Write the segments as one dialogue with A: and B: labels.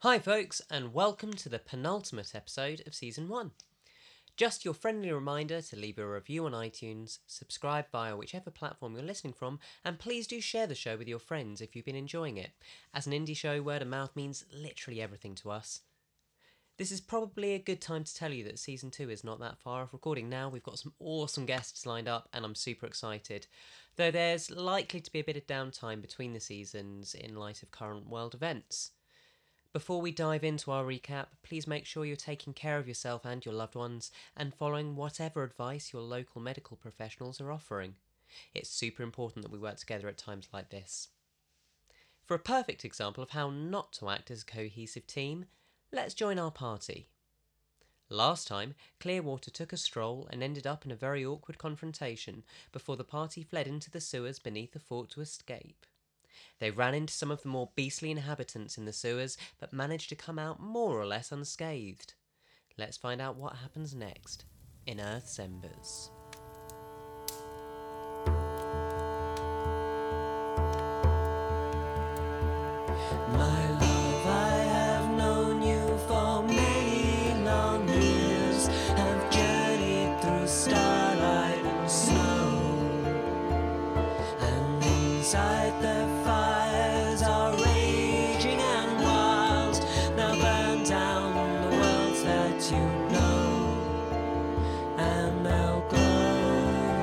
A: Hi, folks, and welcome to the penultimate episode of Season 1. Just your friendly reminder to leave a review on iTunes, subscribe via whichever platform you're listening from, and please do share the show with your friends if you've been enjoying it. As an indie show, word of mouth means literally everything to us. This is probably a good time to tell you that season two is not that far off recording now. We've got some awesome guests lined up, and I'm super excited. Though there's likely to be a bit of downtime between the seasons in light of current world events. Before we dive into our recap, please make sure you're taking care of yourself and your loved ones and following whatever advice your local medical professionals are offering. It's super important that we work together at times like this. For a perfect example of how not to act as a cohesive team, let's join our party. Last time, Clearwater took a stroll and ended up in a very awkward confrontation before the party fled into the sewers beneath the fort to escape. They ran into some of the more beastly inhabitants in the sewers, but managed to come out more or less unscathed. Let's find out what happens next in Earth's Embers. My love, I have known you for many long years. Have journeyed through starlight and snow. And inside the fires are raging and wild. Now burn down the worlds that you know and they'll glow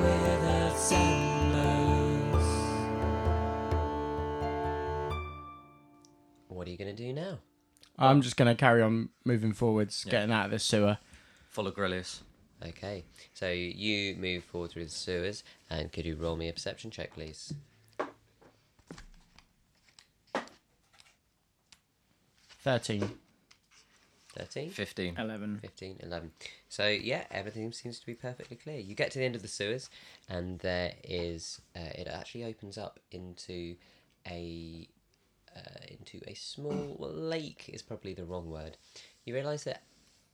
A: with earth's embers. What are you going to do now?
B: I'm just going to carry on moving forwards, getting out of this sewer.
C: Follow Grelius.
A: Okay, so you move forward through the sewers, and could you roll me a perception check, please?
B: Thirteen.
A: 13?
C: 15.
B: Eleven.
A: 15, 11. So, yeah, everything seems to be perfectly clear. You get to the end of the sewers, and there is, uh, it actually opens up into a. Uh, into a small well, lake is probably the wrong word. You realise that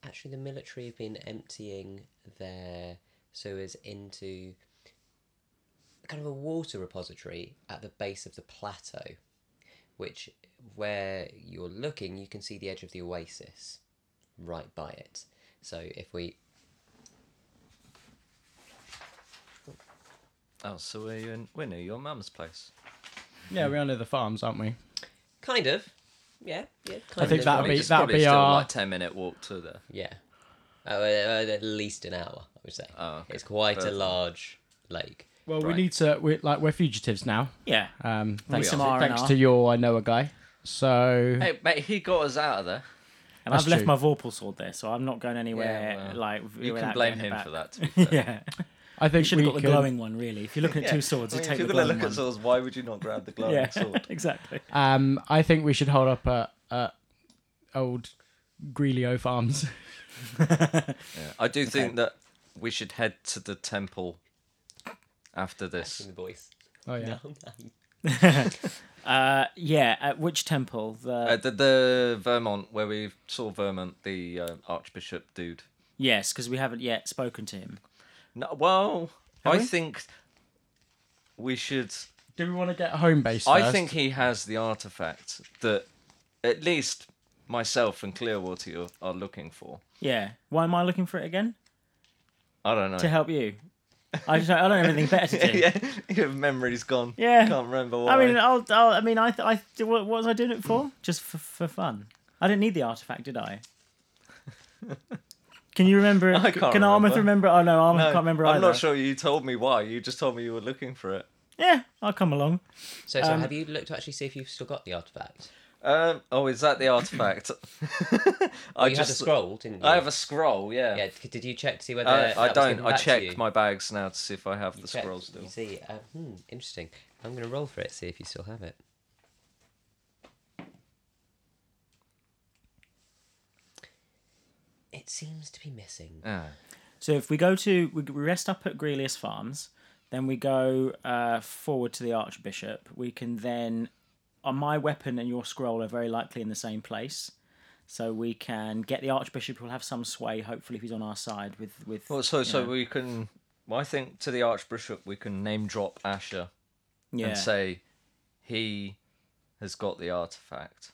A: actually the military have been emptying their sewers into kind of a water repository at the base of the plateau, which where you're looking, you can see the edge of the oasis right by it. So if we
C: Oh, so we're you in we're near your mum's place.
B: Yeah, we're under the farms, aren't we?
A: kind of, yeah, yeah, kind
B: I think
A: of,
B: that'll
A: right?
B: be
C: It's
B: that'll
C: probably
B: be
C: still
B: our
C: like ten minute walk to there.
A: yeah, oh, uh, at least an hour. I would say
C: Oh, okay.
A: it's quite a
C: Further.
A: large lake.
B: well. We
C: Right.
B: need to. We're like we're fugitives now.
D: Yeah.
B: Um, thanks,
D: some R&R.
B: thanks to your I know a guy. So
C: Hey mate, he got us out of there.
D: And
B: That's
D: I've left
B: true.
D: my Vorpal sword there, so I'm not going anywhere
C: well,
D: like
C: You can
D: without
C: blame
D: going
C: him
D: back.
C: for that. To be fair.
D: yeah.
B: I think
D: Should have
B: we
D: got the
B: could-
D: glowing one, really. If you're looking at two swords,
C: I
D: you
C: mean,
D: take
C: if you're
D: the
C: gonna
D: glowing
C: look
D: one.
C: at swords, why would you not grab the glowing
D: yeah,
C: sword? Uh,
D: exactly.
B: Um, I think we should hold up at, at old Grelio Farms.
C: Yeah. I do think that we should head to the temple after
A: In
C: this.
A: the voice.
B: Oh yeah.
D: Uh, yeah, at which temple? The
C: Uh, the, the Vermont, where we saw Vermont, the uh, Archbishop dude.
D: yes, because we haven't yet spoken to him.
C: No, well,
B: we?
C: I think we should
B: Do we want to get home base?
C: I
B: first?
C: think he has the artifact that at least myself and Clearwater are, are looking for.
D: Yeah. Why am I looking for it again?
C: I don't know.
D: To help you. I just I don't have anything better to do.
C: yeah, your memory's gone.
D: Yeah.
C: Can't remember why.
D: I mean, I'll, I'll, I mean, I, th- I, th- what, what was I doing it for? Just for, for fun. I didn't need the artifact, did I? Can you remember? it?
C: I
D: C-
C: can't
D: Can Armith
C: remember.
D: remember? Oh no, Armith
C: No,
D: can't remember
C: I'm
D: either.
C: not sure you told me why. You just told me you were looking for it.
D: Yeah, I'll come along.
A: So, so
D: Um,
A: have you looked to actually see if you've still got the artifact?
C: Um, oh, is that the artifact? I
A: Oh, you had a scroll, didn't you?
C: I have a scroll. Yeah.
A: Yeah, c- did you check to see whether
C: Uh,
A: that
C: I
A: was
C: don't.
A: given
C: I
A: back to
C: check
A: you?
C: my bags now to see if I have
A: You
C: the
A: checked,
C: scroll still.
A: You see, uh, hmm, interesting. I'm going to roll for it, see if you still have it. It seems to be missing.
C: Ah.
D: So if we go to, we we rest up at Grelius Farms, then we go uh, forward to the Archbishop. We can then, on my weapon and your scroll are very likely in the same place. So we can get the Archbishop. We'll have some sway, hopefully, if he's on our side with with.
C: Well, so
D: you
C: so
D: know,
C: we can. Well, I think to the Archbishop we can name drop Asher.
D: yeah. Mm-hmm.
C: and say he has got the artifact.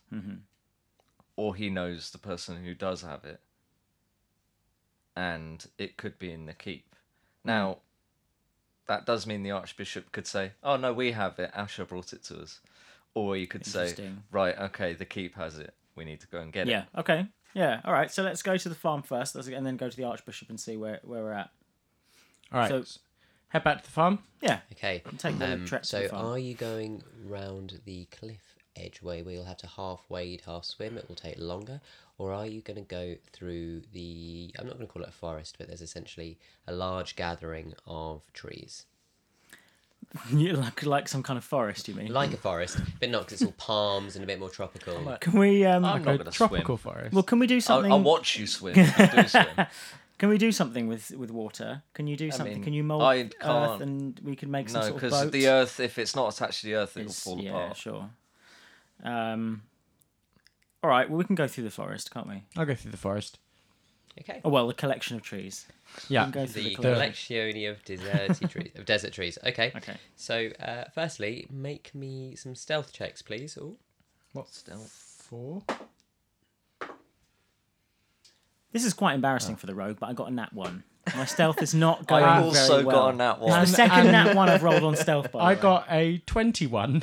C: or he knows the person who does have it, and it could be in the keep.
D: Mm.
C: Now, that does mean the archbishop could say, "Oh no, we have it. Asher brought it to us," or you could say,
D: Interesting.
C: "Right, okay, the keep has it. We need to go and get it."
D: Yeah. Okay. Yeah. All right. So let's go to the farm first, let's, and then go to the archbishop and see where, where we're at.
B: All right.
D: So
B: Head back to the farm.
D: yeah,
A: Okay. um,
D: take the trek to
A: so
D: the farm.
A: are you going round the cliff edge way where you'll have to half wade, half swim? It will take longer. Or are you going to go through the? I'm not going to call it a forest, but there's essentially a large gathering of trees,
D: you like like some kind of forest, you mean?
A: like a forest, but not 'cause it's all palms and a bit more tropical.
D: Can we um?
C: I'm
B: Go
C: not gonna
B: tropical
C: swim.
B: forest.
D: Well, can we do
C: I'll,
D: something?
C: I'll watch you swim. You do swim.
D: Can we do something with with water? Can you do something?
C: mean,
D: can you mold
C: I
D: earth
C: can't.
D: and we can make some
C: No,
D: sort of
C: because
D: boat?
C: the Earth, if it's not attached to the Earth, it will
D: It's-
C: fall
D: yeah,
C: apart.
D: sure. Um. All right. Well, we can go through the forest, can't we?
B: I'll go through the forest.
A: Okay.
D: Oh well, the collection of trees.
B: Yeah.
D: Go through the,
A: The
D: collection.
A: collection of deserty trees, of desert trees. Okay.
D: Okay.
A: So, uh, firstly, make me some stealth checks, please. Ooh.
B: What Four.
D: This is quite embarrassing for the rogue, but I got a nat one. My stealth is not going
C: I
D: very
C: also
D: well.
C: got a nat
D: It's
C: one.
D: the second
B: And-
D: nat one I've rolled on stealth. By the
B: I
D: way.
B: got a twenty-one.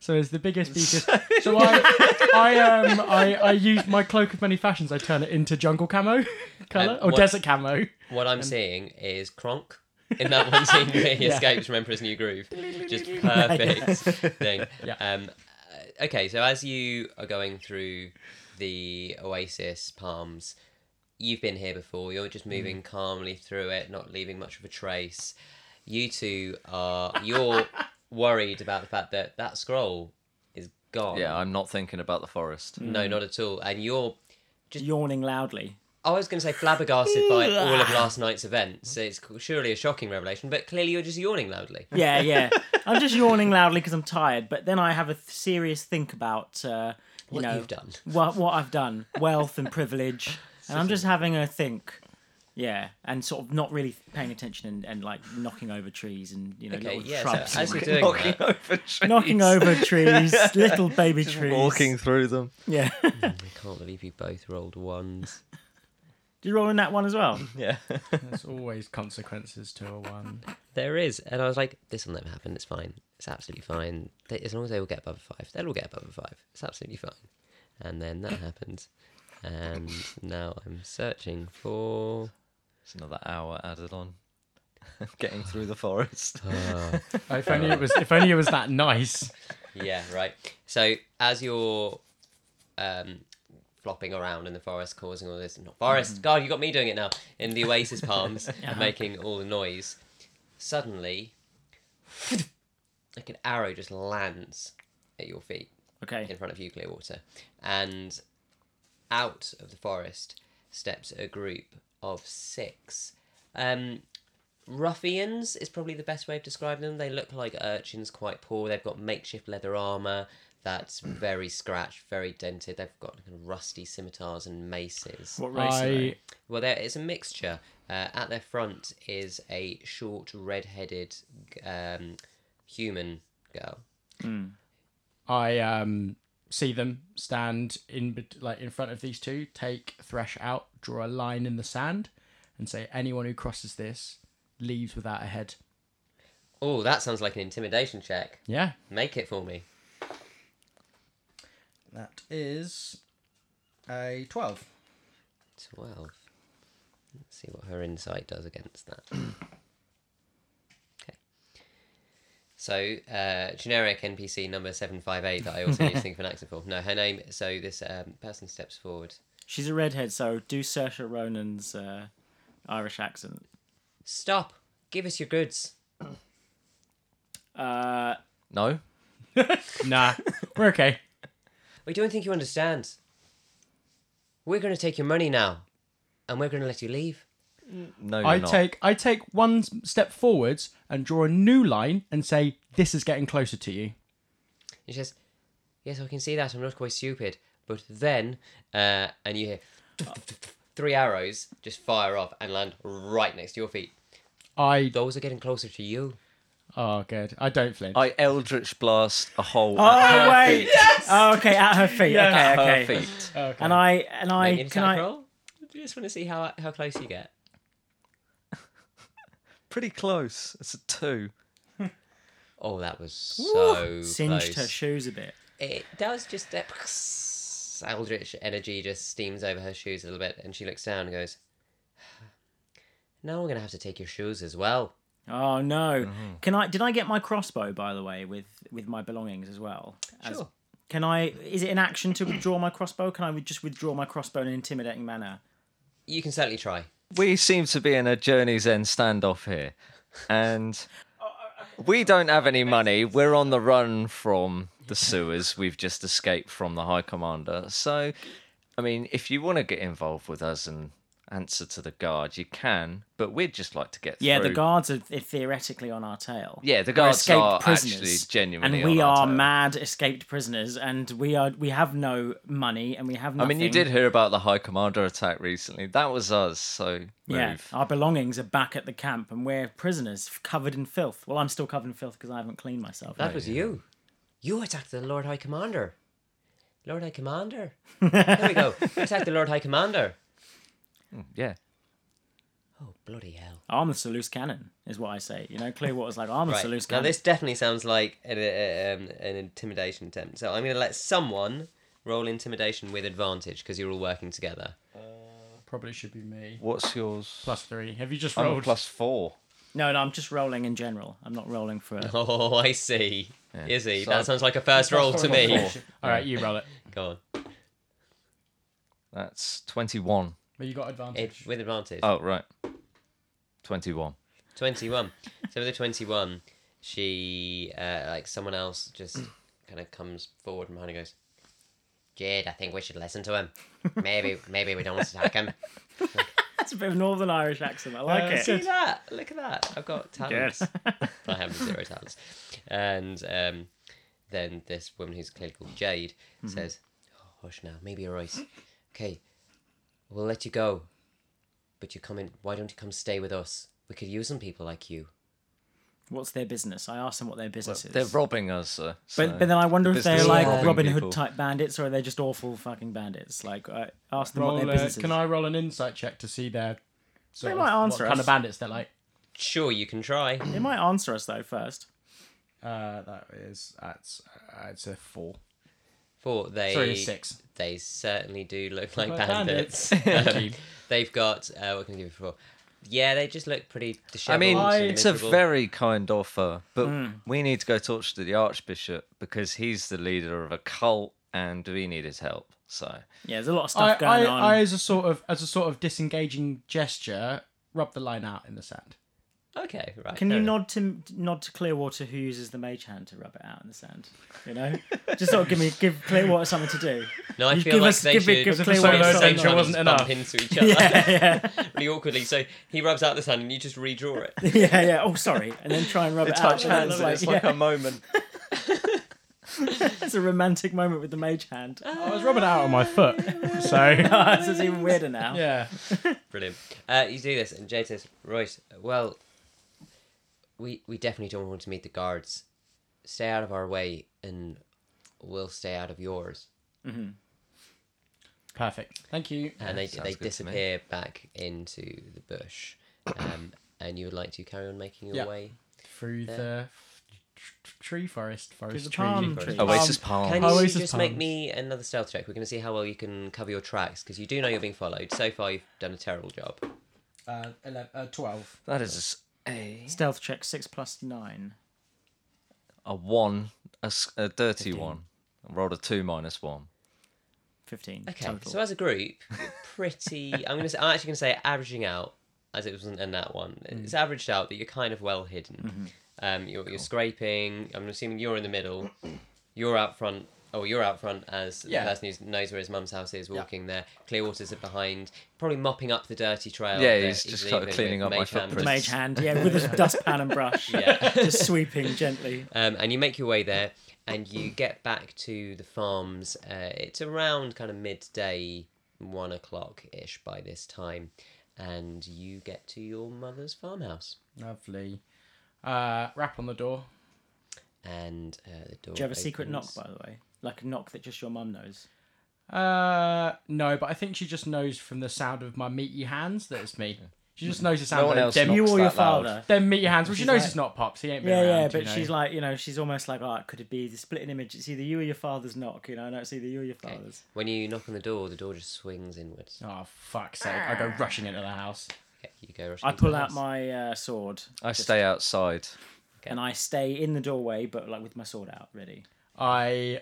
B: So it's the biggest beaker. so I, I um, I, I use my cloak of many fashions. I turn it into jungle camo, color
A: Um,
B: or
A: what-
B: desert camo.
A: What I'm seeing is Kronk in that one scene where he escapes from Emperor's New Groove. Just perfect thing. Um, uh, okay, so as you are going through the oasis palms, you've been here before. You're just moving calmly through it, not leaving much of a trace. You two are you're worried about the fact that that scroll is gone.
C: Yeah, I'm not thinking about the
D: Mm.
C: forest.
A: no, not at all. And you're
D: yawning loudly.
A: I was going to say flabbergasted by all of last night's events. It's surely a shocking revelation, but clearly you're just yawning loudly.
D: Yeah, yeah. I'm just yawning loudly because I'm tired, but then I have a th- serious think about uh, you
A: What
D: know
A: you've done.
D: what what I've done, wealth and privilege, and I'm just having a think. Yeah, and sort of not really paying attention and, and like knocking over trees and you know
A: Okay,
D: little
A: yeah.
D: shrubs,
A: So as you're
D: and
A: doing
C: Knocking
A: that,
C: over trees.
D: knocking over trees, little baby trees.
C: Walking through them.
D: Yeah. Did
A: I can't believe you both rolled ones.
D: you roll in that one as well?
C: Yeah.
B: There's always consequences to a one.
A: There is, and I was like, "This will never happen. It's fine. It's absolutely fine. They, as long as they will get above a five, they'll all get above a five. It's absolutely fine." And then that happened, and now I'm searching for.
C: It's another hour added on. Getting through the forest.
A: Ah.
B: If only it was. If only it was that nice.
A: Yeah, right. So as you're um, flopping around in the forest, causing all this not forest. God, you got me doing it now in the oasis palms and making all the noise. Suddenly, like an arrow just lands at your feet in
D: Okay.
A: front of you, Clearwater, and out of the forest steps a group of six. Um, ruffians is probably the best way of describing them. They look like urchins, quite poor. They've got makeshift leather armor that's very scratched, very dented. They've got kind of rusty scimitars and maces.
D: What race? are
B: I
D: they?
A: Well, there it's a mixture. Uh, at their front is a short, red-headed um, human girl.
B: I um see them stand in bet- like in front of these two. Take thresh out. Draw a line in the sand, and say anyone who crosses this leaves without a head.
A: Oh, that sounds like an intimidation check.
B: Yeah.
A: Make it for me.
B: That is a twelve.
A: 12. Let's see what her insight does against that. okay. So, uh, generic NPC number 758 that I also need to think of an accent for. No, her name. So, this um, person steps forward.
D: She's a redhead, so do Saoirse Ronan's uh, Irish accent.
A: Stop! Give us your goods.
D: Uh,
C: No?
B: Nah, we're okay.
A: We don't think you understand. We're going to take your money now, and we're going to let you leave.
C: No, you're
B: I
C: not.
B: take I take one s- step forwards and draw a new line and say this is getting closer to you.
A: And she says, Yes, I can see that. I'm not quite stupid. But then, uh, and you hear three arrows just fire off and land right next to your feet.
B: I
A: Those are getting closer to you.
B: Oh, good. I don't flinch.
C: I eldritch blast a hole at
D: Oh
C: her
D: wait.
C: feet.
D: Oh, okay, at her feet.
C: At
D: Ah,
C: her
D: Okay, okay.
C: feet.
B: okay.
D: And I and I
A: Make an
D: can
A: attack
D: I
A: roll. I just want to see how how close you get.
C: Pretty close. It's a two.
A: Oh, that was so
D: singed her
A: close.
D: shoes a bit.
A: It does just that eldritch energy just steams over her shoes a little bit, and she looks down and goes, "Now we're gonna have to take your shoes as well."
D: Oh no. Can I did I get my crossbow by the way with with my belongings as well? As-
A: Sure.
D: Can I is it an action to withdraw my crossbow? Can I would just withdraw my crossbow in an intimidating manner?
A: You can certainly try.
C: We seem to be in a journey's end standoff here, and we don't have any money. We're on the run from the sewers. We've just escaped from the High Commander. So, I mean, if you want to get involved with us and answer to the guard, you can. But we'd just like to get
D: Yeah,
C: through.
D: the guards are theoretically on our tail.
C: Yeah, the
D: We're
C: guards
D: escaped
C: are actually genuinely
D: and we
C: on our
D: are
C: tail.
D: mad escaped prisoners, and we are we have no money, and we have.
C: I
D: Nothing.
C: mean, you did hear about the High Commander attack recently. That was us. So move.
D: Yeah, our belongings are back at the camp, and we're prisoners, f- covered in filth. Well, I'm still covered in filth because I haven't cleaned myself.
A: That was you. You attacked the Lord High Commander. Lord High Commander. there we go. You attacked the Lord High Commander.
C: Yeah.
A: Oh bloody hell!
D: Arm the Salus cannon is what I say. You know, Clearwater's like arm the
A: Right
D: Salus
A: now,
D: cannon.
A: this definitely sounds like an, uh, um, an intimidation attempt. So I'm gonna let someone roll intimidation with advantage because you're all working together.
B: Probably should be me.
C: What's yours?
B: Plus three. Have you just
C: I'm a
B: rolled?
C: plus four.
D: No, no, I'm just rolling in general. I'm not rolling for.
A: Oh, I see. Is he?
C: So-
A: that sounds like a first roll to me.
B: All right, you roll it.
A: Go on.
C: That's twenty-one.
B: But you got
A: It,
B: advantage.
A: with advantage.
C: Oh right, twenty-one.
A: 21. So with a 21, she, uh, like someone else just kind of comes forward from behind and goes, Jade, I think we should listen to him. Maybe, maybe we don't attack him.
D: That's a bit of Northern Irish accent. I like
B: Uh,
D: it.
B: so-
A: Look at that. Look at that. I've got talents. I have zero talents. And um, then this woman who's clearly called Jade says, oh, hush now, maybe you're right. Okay, we'll let you go. But you come in, why don't you come stay with us? We could use some people like you.
D: What's their business? I asked them what their business is.
C: They're robbing us. sir, so-
D: But, but then I wonder if they're
C: business
D: like
C: of robbing
D: Robin
C: people.
D: Hood type bandits or are they just awful fucking bandits? Like, I ask them what
B: roll
D: their
B: a,
D: business is.
B: uh, can I roll an insight check to see their? Sort
D: They
B: of,
D: might answer
B: what kind
D: us.
B: of bandits they're like.
A: Sure, you can try.
D: They might answer us though first.
B: Uh, that is that's uh, it's a four.
A: For they,
B: Sorry, a six.
A: they certainly do look like
B: like bandits.
A: bandits. Um,
B: Thank you.
A: They've got uh, what can I give you for? Yeah, they just look pretty
C: I
A: disheveled.
C: mean,
A: and
C: it's a
A: miserable.
C: very kind offer, but
D: Hmm.
C: we need to go talk to the Archbishop because he's the leader of a cult, and we need his help. So
D: Yeah, there's a
B: I,
D: lot of stuff
B: I,
D: going on.
B: I, as a sort of as a sort of disengaging gesture, rub the line out in the sand.
A: okay. Right.
D: Can you
A: fair enough.
D: nod to nod to Clearwater who uses the mage hand to rub it out in the sand? You know, just sort of give me give Clearwater something to do.
A: No, I
D: you
A: feel
D: give
A: like
D: us-
A: they
D: give it-
A: should.
D: give
A: at
D: Clay
A: the
D: Walker
A: same
D: something.
A: time
D: Solo
A: just
B: wasn't
A: bump
B: enough.
A: into each other
D: yeah,
A: really awkwardly. So he rubs out this hand, and you just redraw it.
D: yeah, yeah, yeah. Oh, sorry, and then try and rub it out.
C: touch
D: and
C: hands,
D: then look
C: and it's like
D: yeah,
C: a moment.
D: it's a romantic moment with the mage hand.
B: I was rubbing it out on my foot, so
D: this is even weirder now.
B: Oh, yeah.
A: Brilliant. Uh, you do this, and Jade says, "Right, well, we we definitely don't want to meet the guards. Stay out of our way, and we'll stay out of yours."
B: Perfect. Thank you.
A: And they
C: sounds
A: they
C: good to me.
A: disappear back into the bush. Um, and you would like to carry on making your
B: Yeah.
A: way.
B: Through the f- tr- tr- tree forest, forest
D: the
B: tree.
D: palm tree.
C: Oasis
A: Can
C: Palm.
B: Oh,
A: you
B: Oasis
A: just make
B: Palms.
A: me another stealth check? We're going to see how well you can cover your tracks because you do know you're being followed. So far, you've done a terrible job.
B: Uh, 11, uh, twelve.
C: That is a
D: Stealth check six plus nine.
C: a one, a, s- a dirty one. I rolled a two minus one.
D: 15
A: Okay,
D: total.
A: so as a group, you're pretty. I'm gonna. Say, I'm actually gonna say averaging out, as it wasn't in that one.
C: Mm.
A: It's averaged out that you're kind of well
C: Mm-hmm.
A: hidden. Um, you're, you're scraping. I'm assuming you're in the middle. You're out front. Oh, you're out front as
B: Yeah.
A: the person who knows where his mum's house is walking there. Clearwater's are behind, probably mopping up the dirty trail.
C: Yeah,
A: that
C: he's just kind of
A: leaving
C: cleaning
A: with
C: up my
A: Mage Hand.
D: the
C: footprints.
D: mage hand, yeah, with a dustpan and brush.
A: Yeah.
D: Just sweeping gently.
A: Um, and you make your way there, and you get back to the farms. Uh, it's around kind of midday, one o'clock ish by this time, and you get to your mother's farmhouse.
B: Lovely. Uh, rap on the door.
A: and uh, the door.
D: Do you have a secret knock,
A: opens.
D: by the way? Like a knock that just your mum knows.
B: Uh, no, but I think she just knows from the sound of my meaty hands that it's me. She just knows the sound
C: No one
B: of
C: else
B: them,
C: knocks
D: You
C: that
D: or your
C: loud.
D: father?
B: them meaty hands. Well, she
D: She's
B: knows
D: like-
B: it's not pops. He ain't been
D: Yeah,
B: around.
D: yeah, but
B: you know.
D: she's like, you know, she's almost like, oh, could it be the splitting image? It's either you or your father's knock, you know, and it's either you or your
A: Okay.
D: father's.
A: When you knock on the door, the door just swings inwards.
B: Oh fuck's sake! I go rushing into the house.
A: Okay, you go. rushing
D: I
A: into the
D: pull out
A: house.
D: my uh, sword
C: I stay outside.
D: and I stay in the doorway, but like with my sword out, ready.
B: I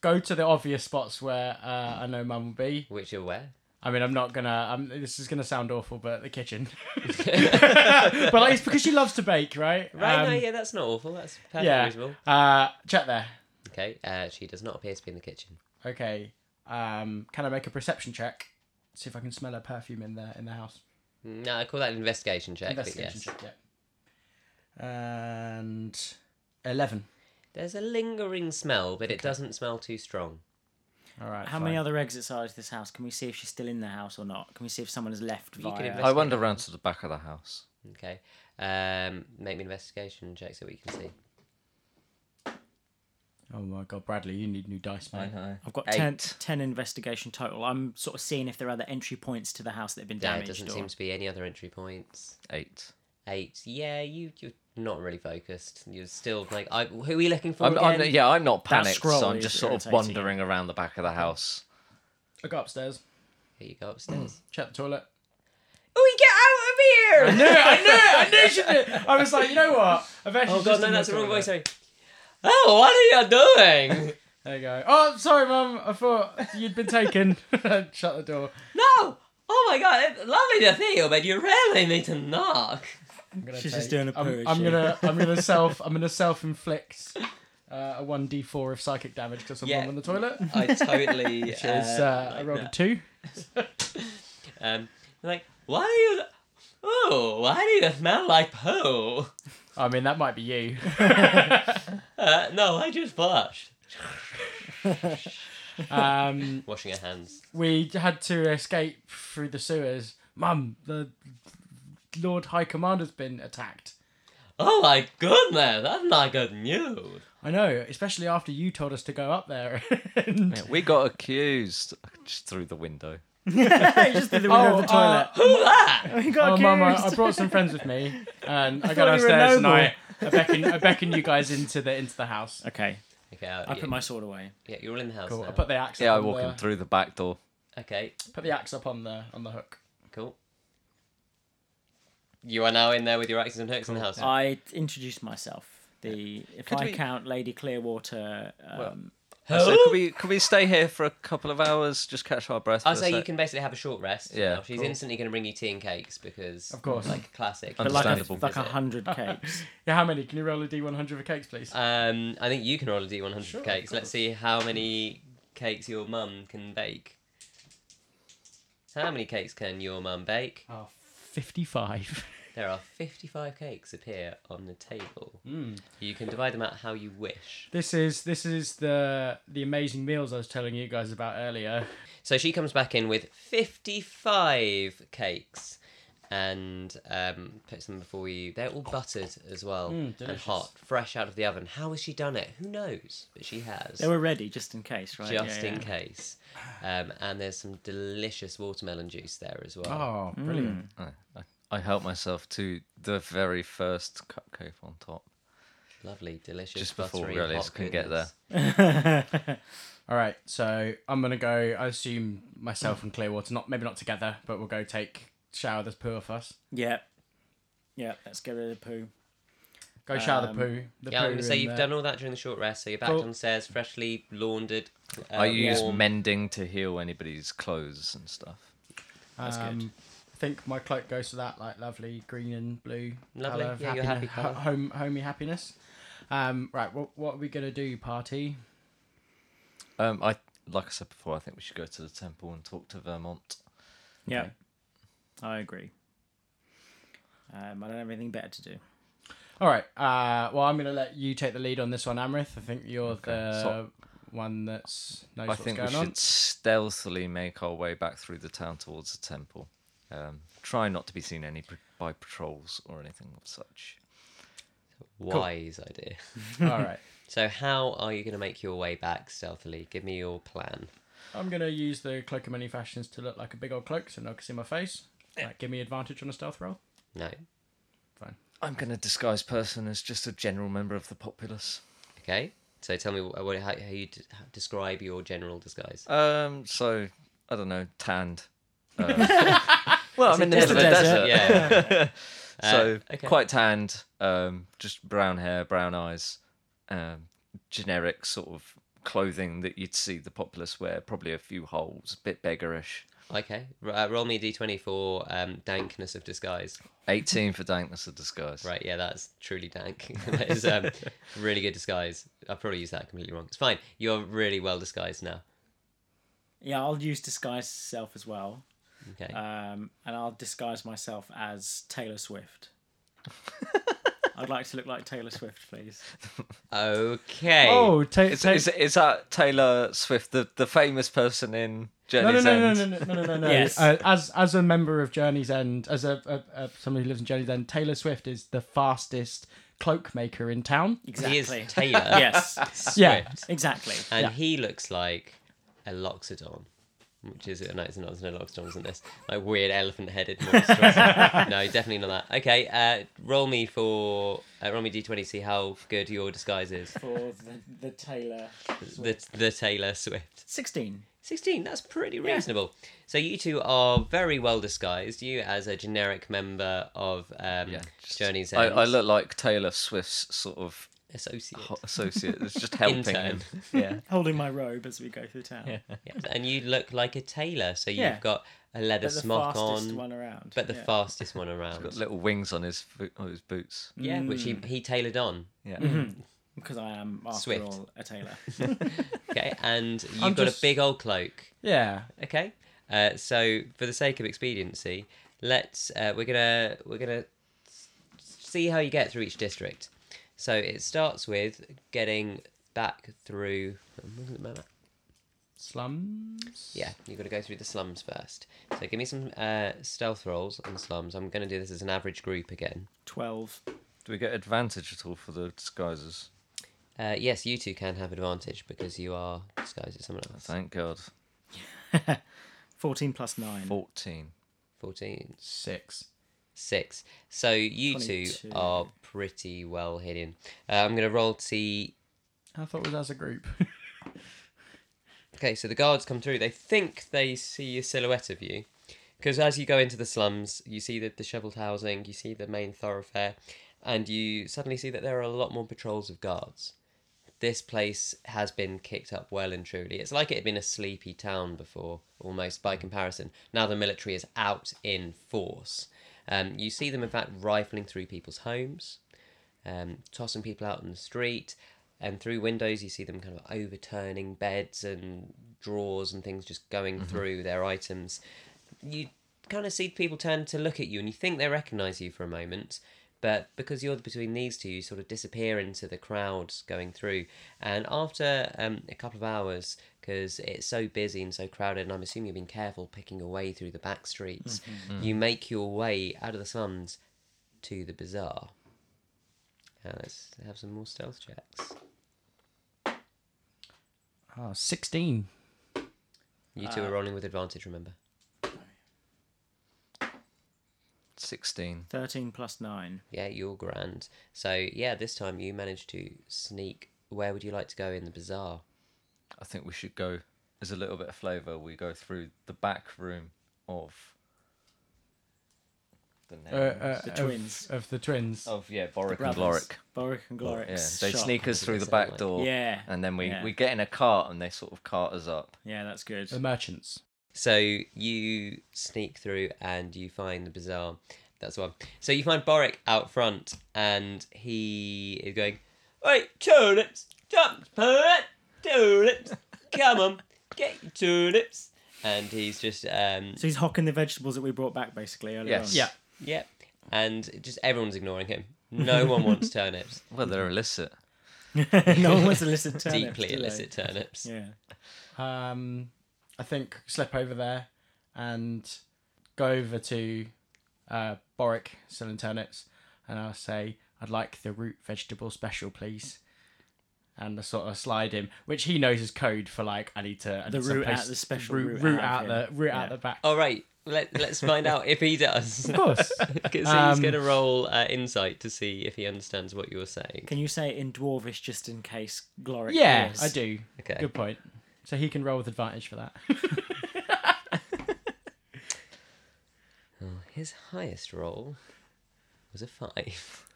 B: go to the obvious spots where uh, I know Mum will be.
A: Which you're where?
B: I mean, I'm not gonna. I'm, this is gonna sound awful, but the kitchen. but like, it's because she loves to bake, right?
A: Right,
B: Um,
A: no, yeah, that's not awful. That's perfectly
B: yeah.
A: reasonable.
B: Uh, check there.
A: Okay, uh, she does not appear to be in the kitchen.
B: Okay. Um, can I make a perception check? See if I can smell her perfume in the in the house.
A: No, I call that an investigation check.
B: Investigation
A: but yes.
B: check. Yeah. And eleven.
A: There's a lingering smell, but it doesn't smell too strong.
B: All right.
D: How many other exits are to this house? Can we see if she's still in the house or not? Can we see if someone has left
A: You could
D: via?
A: invest-
C: I wander round to the back of the house.
A: Okay. Um, make me an investigation check so we can see.
B: Oh my god, Bradley, you need new dice, mate.
C: know.
D: I've got ten,
C: Eight.
D: 10 investigation total. I'm sort of seeing if there are other entry points to the house that have been
A: There
D: damaged.
A: doesn't
D: or...
A: seem to be any other entry points.
C: Eight.
A: Eight. Yeah, you you're not really focused. You're still like, I, who are we looking for
C: I'm, I'm,
A: again?
C: yeah, I'm not panicked,
D: scroll
C: so I'm
D: is
C: just sort of
D: irritating.
C: wandering around the back of the house.
B: I go upstairs,
A: Here you go upstairs.
B: check the toilet.
A: we get out of here!
B: No, I knew, it, I knew she did. it. I was like, you know what? Eventually
A: oh god, no, that's the wrong voice. Sorry. Oh, what are you doing?
B: There you go. Oh, sorry, mum. I thought you'd been taken. Shut the door.
A: no! Oh my god, it's lovely to see you, but you really need to knock.
B: I'm gonna
D: She's just doing a
B: I'm-
D: poo, is
B: I'm,
D: she?
B: gonna, I'm gonna self, I'm gonna self-inflict uh, a one d4 of psychic damage because I'm
A: Yeah.
B: on the toilet.
D: Uh,
A: I totally. Which
B: Is, uh, I rolled a two.
A: Um, like, why do you? Oh, why do you smell like poo?
B: I mean, that might be you.
A: Uh, no, I just flushed.
B: um,
A: Washing your hands.
B: we had to escape through the sewers. Mum, the Lord High Commander's been attacked.
A: Oh my goodness, that's not good news.
B: I know, especially after you told us to go up there. and-
C: Yeah, we got accused just through the window.
D: just through the window
B: Oh,
D: of the
B: uh,
D: toilet.
A: Who that?
D: we
B: Oh,
D: got
B: Mum, I,
D: accused.
B: I brought some friends with me, and I,
D: thought
B: got
D: you were a
B: upstairs and
D: noble.
B: I, I beckon, I beckon you guys into the into the house.
D: Okay,
A: Okay, uh,
D: I
A: you,
D: put my sword away.
A: yeah, you're all in the house
B: Cool.
A: now.
B: I put the axe.
C: Yeah,
B: up
C: I
B: on
C: walk
B: the,
C: him through the back door.
A: Okay,
B: Put the axe up on the on the hook.
A: cool. You are now in there with your axes and hooks in the house.
D: I introduced myself. The if I
C: we-
D: count Lady Clearwater, um,
C: So could we could we stay here for a couple of hours, just catch our breath?
A: I
C: for a
A: say you
C: sec?
A: can basically have a short rest.
C: Yeah,
A: now. she's
C: cool.
A: instantly going to bring you tea and cakes because, of
B: course.
A: like classic.
C: But
D: but like a,
C: understandable.
D: like a hundred cakes.
B: Yeah, how many? Can you roll a d100 for cakes, please?
A: Um, I think you can roll a d100
B: Sure, of
A: cakes. Let's
B: course.
A: see how many cakes your mum can bake. How many cakes can your mum bake?
B: Oh, 55.
A: There are 55 cakes appear on the table. You can divide them out how you wish.
B: This is this is the the amazing meals I was telling you guys about earlier.
A: So she comes back in with 55 cakes and um, puts them before you. They're all buttered as well and
B: delicious.
A: hot, fresh out of the oven. How has she done it? Who knows? But she has.
D: they were ready just in case, right?
A: just
D: Yeah,
A: in
D: yeah.
A: case. Um, and there's some delicious watermelon juice there as well.
B: Oh, brilliant!
C: I, I- I help myself to the very first cupcake on top.
A: Lovely, delicious.
C: Just before
A: buttery,
C: Relics
A: hot
C: can get
A: goodness.
B: All right, so I'm gonna go. I assume myself and Clearwater, not maybe not together, but we'll go take shower the poo off us.
D: Yeah, yeah. Let's get rid of the poo.
B: Go shower the poo. The
A: Yeah, I'm
B: poo
A: going to say
B: and
A: you've
B: the-
A: done all that during the short rest, so you're back
B: Cool.
A: downstairs, freshly laundered. Uh,
C: I use
A: warm.
C: mending to heal anybody's clothes and stuff.
D: That's good.
B: Um, I think my cloak goes to that like lovely green and blue
A: Lovely,
B: colour of
A: yeah, your happy
B: happiness,
A: colour.
B: ho- home homey happiness. Um, right, what what are we gonna do? Party?
C: Um, I like I said before, I think we should go to the temple and talk to Vermont.
D: Yeah, I agree. Um, I don't have anything better to do.
B: All right. Uh, well, I'm gonna let you take the lead on this one, Amrith. I think you're the
C: so-
B: one that's knows
C: I
B: what's
C: think we
B: going
C: should
B: on.
C: stealthily make our way back through the town towards the temple. Um, try not to be seen any p- by patrols or anything of such.
A: Wise idea.
B: All right.
A: So, how are you going to make your way back stealthily? Give me your plan.
B: I'm gonna use the cloak of many fashions to look like a big old cloak, so no one can see my face. Like, give me advantage on a stealth roll.
A: No.
B: Fine.
C: I'm going to disguise person as just a general member of the populace.
A: Okay. So, tell me wh- what, how, how you d- how- describe your general disguise.
C: Um, so I don't know, tanned. Uh, well, I'm in the
A: It's
C: middle
A: the
C: of a desert,
A: Yeah.
C: so
A: Uh, okay.
C: quite tanned. Um, just brown hair, brown eyes. Um, generic sort of clothing that you'd see the populace wear. Probably a few holes, a bit beggarish.
A: okay. R- uh, roll me a d20 for um, dankness of disguise.
C: 18 for dankness of disguise.
A: Right, yeah, that's truly dank. that is um, really good disguise. I probably used that completely wrong. It's fine. You're really well disguised now.
D: Yeah, I'll use disguise self as well,
A: Okay.
D: um, and I'll disguise myself as Taylor Swift. I'd like to look like Taylor Swift, please.
A: okay.
B: Oh, take
C: Is, is, is that Taylor Swift, the, the famous person in
B: no, no,
C: Journey's
B: no, no,
C: End?
B: no, no, no, no, no, no.
D: Yes.
B: Uh, as as a member of Journey's End, as a, a, a somebody who lives in Journey's End, Taylor Swift is the fastest cloak maker in town.
A: He
D: Exactly.
A: is Taylor.
D: yes,
B: Yeah.
D: exactly.
A: And he looks like a Loxodon. Which is no, it's not. There's no Loxodon, isn't this? Like weird elephant-headed monster. no, definitely not that. Okay, uh, roll me for uh, roll me d20. See how good your disguise is.
D: For the, the Taylor.
A: The the Taylor Swift.
D: 16.
A: 16 that's pretty reasonable so you two are very well disguised you as a generic member of um
C: just-
A: journey's
C: I,
A: end
C: I look like Taylor Swift's sort of
A: associate
C: ho- associate. It's just helping him.
A: Intern.
C: Yeah.
D: Holding my robe as we go through town.
A: Yes, and you look like a tailor so you've
D: Yeah.
A: got a leather
D: But the
A: smock
D: fastest
A: on
D: one around.
A: but the
D: yeah.
A: fastest one around
C: Got little wings on his fo- on his boots.
A: yeah which he, he tailored on
C: Yeah.
D: Mm-hmm. Because I am, after
A: Swift.
D: all, a tailor.
A: okay and you've
B: I'm
A: got
B: just-
A: a big old cloak
B: Yeah.
A: okay uh, so for the sake of expediency let's uh, we're gonna we're gonna s- see how you get through each district so it starts with getting back through um,
B: Slums.
A: yeah you've got to go through the slums first so give me some uh, stealth rolls on slums i'm gonna do this as an average group again
D: 12.
C: Do we get advantage at all for the disguises?
A: uh, yes you two can have advantage because you are disguised as someone else
C: Thank God.
D: 14 plus 9.
C: Fourteen.
A: 14
B: Six.
A: Six. So you two
D: 22.
A: are pretty well hidden. Uh, I'm going to roll to see
B: I thought it was as a group.
A: Okay, so the guards come through. They think they see a silhouette of you. Because as you go into the slums, you see the dishevelled housing, you see the main thoroughfare, and you suddenly see that there are a lot more patrols of guards. This place has been kicked up well and truly. It's like it had been a sleepy town before, almost by comparison. Now the military is out in force. Um, you see them, in fact, rifling through people's homes um, tossing people out on the street. And through windows, you see them kind of overturning beds and drawers and things just going through their items. You kind of see people turn to look at you and you think they recognize you for a moment. But because you're between these two, you sort of disappear into the crowds going through. And after um, a couple of hours, because it's so busy and so crowded, and I'm assuming you've been careful picking your way through the back streets, you make your way out of the slums to the bazaar. Uh, let's have some more stealth checks.
B: Oh, 16.
A: You two are rolling with advantage, remember?
C: Sixteen.
D: 13 plus 9.
A: Yeah, you're grand. So, yeah, this time you managed to sneak. Where would you like to go in the bazaar?
C: I think we should go as a little bit of flavour, we go through the back room of the Oh.
B: Uh,
C: name
B: uh,
D: The
B: of-
D: twins.
B: Of, the twins.
C: of yeah, Boric and
D: uh, Brothers.
C: Gloric.
D: Boric and Gloric.
C: Yeah. They sneak us through the back door.
D: Yeah.
C: And then we,
D: yeah.
C: we get in a cart and they sort of cart us up.
D: Yeah, that's good.
B: The merchants.
A: So, you sneak through and you find the bazaar. That's the one. So, you find Boric out front and he is going, Wait, tulips! Jump, Boric! Tulips! Come on, get your tulips! And he's just um,
D: So he's hocking the vegetables that we brought back basically earlier
C: Yes.
D: on.
B: Yeah.
A: Yeah, and just everyone's ignoring him. No one wants turnips.
C: Well, they're illicit.
D: no one wants illicit turnips.
A: Deeply
D: do they?
A: illicit turnips.
D: Yeah.
B: Um, I think slip over there and go over to uh, Boric, selling turnips, and I'll say, I'd like the root vegetable special, please. And I sort of slide him, which he knows is code for like I need to I
D: The
B: need
D: root
B: someplace-
D: out- the special
B: root,
D: root
B: root
D: out
B: out, the
D: of
B: root out the back.
A: All right, let, let's find out if he does.
D: Um,
B: Of course,
A: Because he's
B: Um,
A: going to roll uh, insight to see if he understands what you're saying.
D: Can you say it in Dwarvish just in case Gloric?
B: yeah,
D: hears?
B: I do.
A: Okay.
B: Good point. So he can roll with advantage for that.
A: His highest roll was a five.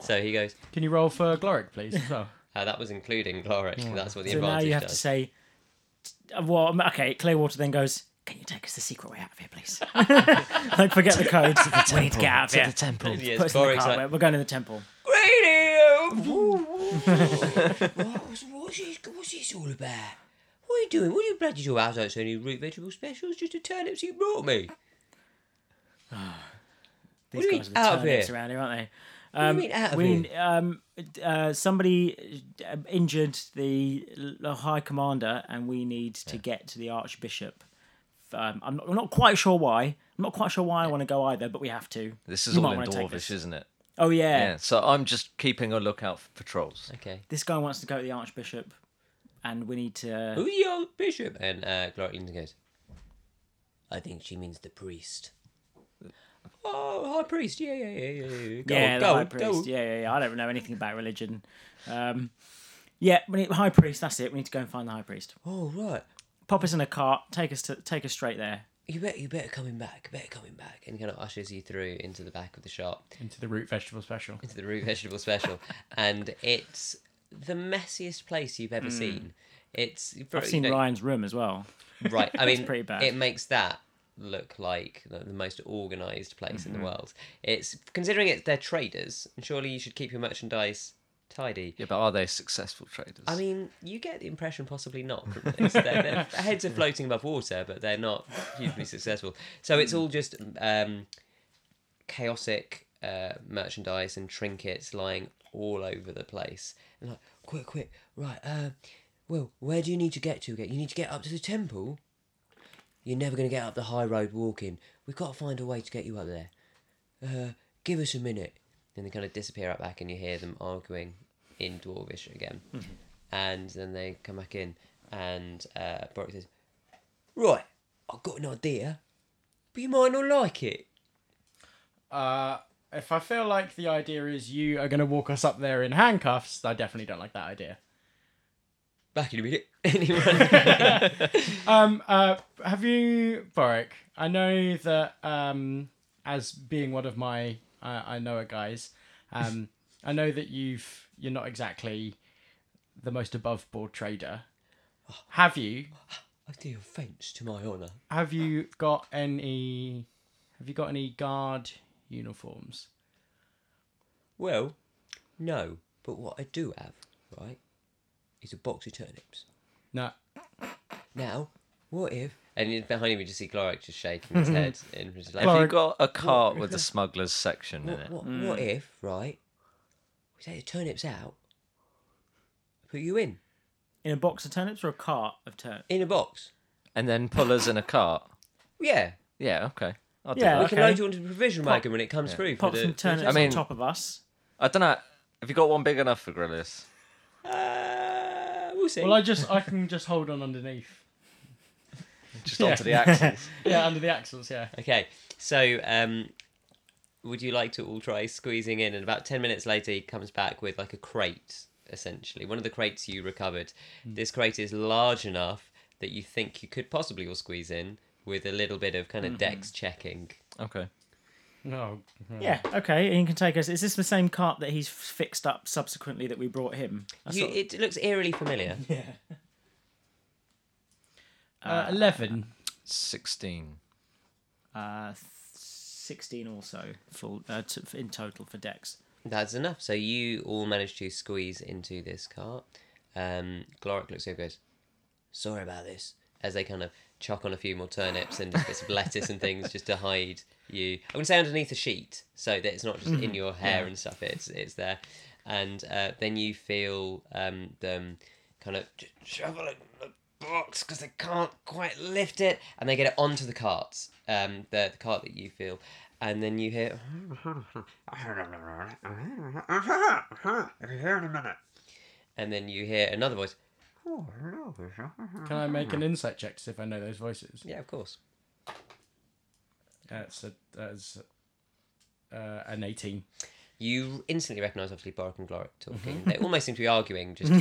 A: So he goes,
B: Can you roll for Gloric, please? As well.
A: uh, that was including Gloric. That's what the
D: So now
A: advantage
D: you have to
A: does.
D: say, well, um, okay, Clearwater then goes, can you take us the secret way out of here, please? like, forget the code. we need to get out of
C: to
D: here.
C: the temple.
A: Yeah,
D: Put us in the
A: Gloric's
D: car,
A: like,
D: we're- we're going to the temple.
A: what's, what's, this, what's this all about? What are you doing? What are you bloody doing? I don't see any root vegetable specials, just the turnips you brought me.
D: These
A: do you
D: guys
A: mean
D: are the
A: out of
D: turnips
A: here?
D: around here, aren't they?
A: do
D: Um,
A: you mean out of
D: we- um, uh, somebody uh, injured the l- high commander, and we need to get to the archbishop. Um, I'm, not, I'm not quite sure why. I'm not quite sure why I want to go either, but we have to.
C: This is
D: You
C: all
D: might
C: in
D: wanna take
C: Dwarvish,
D: this.
C: isn't it?
D: Oh yeah.
C: Yeah. So I'm just keeping a lookout for patrols.
A: Okay.
D: this guy wants to go to the archbishop, and we need to.
A: Who's the old bishop? And uh, Gloria Linton goes, I think she means the priest. Oh, high priest. Yeah, yeah, yeah, yeah. yeah. Go
D: yeah,
A: on,
D: the
A: go
D: high
A: on,
D: priest.
A: go on.
D: Yeah, yeah, yeah. I don't know anything about religion. Um, yeah, we need, high priest. That's it. We need to go and find the high priest.
A: Oh, right.
D: Pop us in a cart. Take us to take us straight there.
A: You better, you better coming back. Better coming back. And kind of ushers you through into the back of the shop.
B: Into the root vegetable special.
A: to the root vegetable special, and it's the messiest place you've ever seen. It's
D: Hmm. I've seen Ryan's room as well.
A: right. I mean,
D: pretty bad.
A: it makes that look like the, the most organized place
D: Mm-hmm.
A: in the world. It's considering it's they're traders, and surely you should keep your merchandise tidy.
C: Yeah, but are they successful traders?
A: I mean, you get the impression possibly not from this. their, their heads are floating above water, but they're not hugely successful. So it's all just um, chaotic uh, merchandise and trinkets lying all over the place. And like, quick, quick, right. Uh, well, where do you need to get to? Get you need to get up to the temple. You're never going to get up the high road walking. We've got to find a way to get you up there. Uh, give us a minute. Then they kind of disappear out back, and you hear them arguing in Dwarvish again. And then they come back in, and uh, Boric says, Right, I've got an idea, but you might not like it.
B: Uh, if I feel like the idea is you are going to walk us up there in handcuffs, I definitely don't like that idea.
A: Back in a minute. Anyway.
B: Um, uh, have you, Boric? I know that um, as being one of my I, I know it guys, um, I know that you've you're not exactly the most above board trader. Have you?
A: I do offence to my honour.
B: Have you got any? Have you got any guard uniforms?
A: Well, no, but what I do have, right, is a box of turnips.
B: No.
A: Now, what if. And in- behind him, you just see Gloric just shaking his head. and just like,
C: Have you
B: Sorry.
C: got a cart with a smuggler's section in
A: what,
C: it?
A: what, what if, right, we take the turnips out, put you in,
D: In a box of turnips or a cart of turnips?
A: in a box?
C: And then pullers in a cart.
A: Yeah,
C: Yeah, okay. I'll do
D: Yeah.
C: that.
A: We can
D: Okay.
A: load you onto the provision wagon when it comes through. for
D: Pop
A: the-
D: some turnips
C: I mean-
D: on top of us.
C: I don't know. Have you got one big enough for Grillis?
A: Uh, we'll see.
B: Well, I just I can just hold on underneath.
C: Just onto the axles.
B: Yeah, under the axles. Yeah.
A: Okay, so um, would you like to all try squeezing in? And about 10 minutes later, he comes back with like a crate, essentially. One of the crates you recovered.
D: Hmm.
A: This crate is large enough that you think you could possibly all squeeze in with a little bit of kind
D: Mm-hmm.
A: of dex checking.
C: okay.
B: No.
C: Hmm.
D: Yeah, okay. And you can take us. Is this the same cart that he's fixed up subsequently that we brought him? That's
A: You,
D: not-
A: it looks eerily familiar.
B: Uh, Eleven.
C: 16.
D: uh, 16 also full uh, t- in total for Dex.
A: That's enough. So you all managed to squeeze into this cart. Um, Gloric looks over and goes, Sorry about this. As they kind of chuck on a few more turnips and just bits of lettuce and things just to hide you. I'm going to say underneath a sheet so that it's not just in your hair and stuff, it's, it's there. And uh, then you feel um, them kind of j- shoveling the box because they can't quite lift it and they get it onto the cart, um, the, the cart that you feel. and then you hear and then you hear another voice.
B: Can I make an insight check to see if I know those voices?
A: Yeah, of course.
B: That's a that's uh, an eighteen.
A: You instantly recognise, obviously, Borok and Glorik talking. They almost seem to be arguing just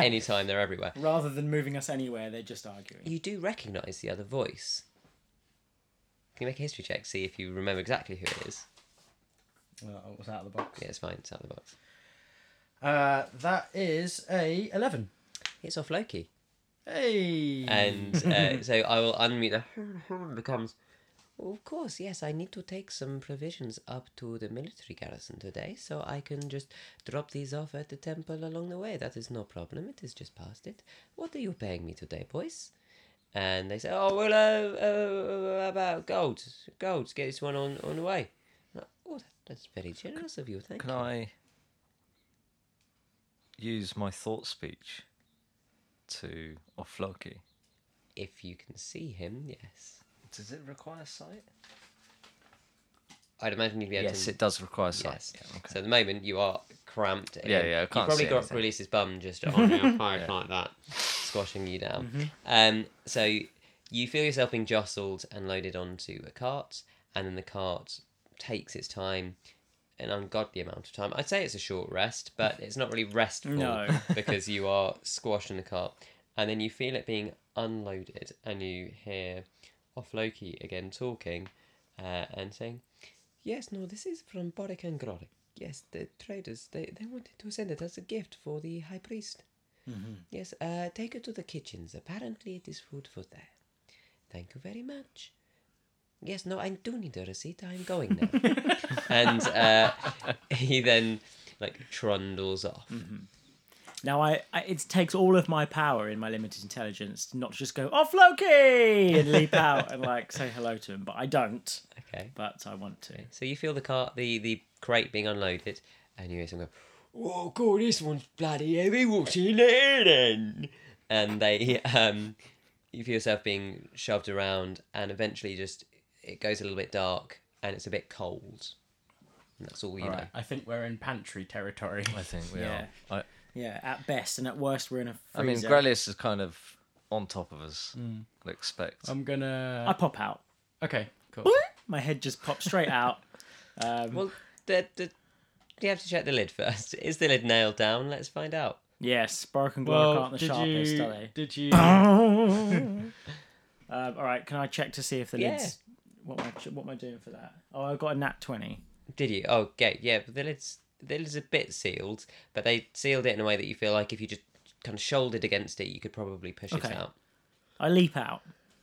A: any time they're everywhere.
D: Rather than moving us anywhere, they're just arguing.
A: You do recognise the other voice. Can you make a history check, see if you remember exactly who it is?
B: Well, it was out of the box.
A: Yeah, it's fine, it's out of the box.
B: Uh, that is a eleven.
A: It's off Loki.
B: Hey.
A: And uh, so I will unmute the becomes. Of course, yes, I need to take some provisions up to the military garrison today, so I can just drop these off at the temple along the way. That is no problem, it is just past it. What are you paying me today, boys? And they say, oh, well, uh, uh, about gold, gold, get this one on, on the way. Oh, that, that's very generous of you, thank
C: Can
A: you.
C: I use my thought speech to Offloki?
A: If you can see him, yes.
C: Does it require sight?
A: I'd imagine you'd be able
C: Yes,
A: to
C: it does require sight.
A: Yes.
C: Yeah, okay.
A: So at the moment you are cramped. in.
C: Yeah, yeah, I
A: You've
C: can't
A: probably
C: see
A: got
C: anything.
A: release's bum just on your back like that, squashing you down.
C: Mm-hmm.
A: Um, so you feel yourself being jostled and loaded onto a cart, and then the cart takes its time, an ungodly amount of time. I'd say it's a short rest, but it's not really restful
D: No.
A: because you are squashed in the cart, and then you feel it being unloaded, and you hear off Loki again talking, uh, and saying. Yes, no, this is from Boric and Grorik. Yes, the traders, they, they wanted to send it as a gift for the high priest. Yes, uh, take it to the kitchens. Apparently it is food for there. Thank you very much. Yes, no, I do need a receipt. I'm going now. and uh, he then, like, trundles off.
D: Now, I, I it takes all of my power in my limited intelligence to not just go off Loki and leap out and like say hello to him, but I don't.
A: Okay.
D: But I want to.
A: So you feel the car, the, the crate being unloaded, and you hear someone go, "Whoa, God, this one's bloody heavy. What's in there then?" And they, um, you feel yourself being shoved around, and eventually just it goes a little bit dark, and it's a bit cold. And that's all you
B: All
A: know.
B: right. I think we're in pantry territory.
C: I think we
D: Yeah.
C: are. I,
D: Yeah, at best and at worst, we're in a
C: I mean,
D: freezer. Mm.
C: Grelius is kind of on top of us. I'd expect.
B: I'm
D: I
B: gonna.
D: pop out.
B: Okay. Cool.
D: My head just pops straight out. Um,
A: Well, the, the, you have to check the lid first. Is the lid nailed down? Let's find out.
D: yes, Spark and Glorik
B: Well,
D: aren't the
B: did
D: sharpest,
B: you?
D: are they?
B: Did you?
D: um, all right, can I check to see if the
A: Yeah.
D: lid's. What am, I, what am I doing for that? Oh, I got a nat 20.
A: Did you? Oh, okay. Yeah, but the lid's the lid's a bit sealed, but they sealed it in a way that you feel like if you just kind of shouldered against it, you could probably push
D: Okay.
A: it out.
D: I leap out.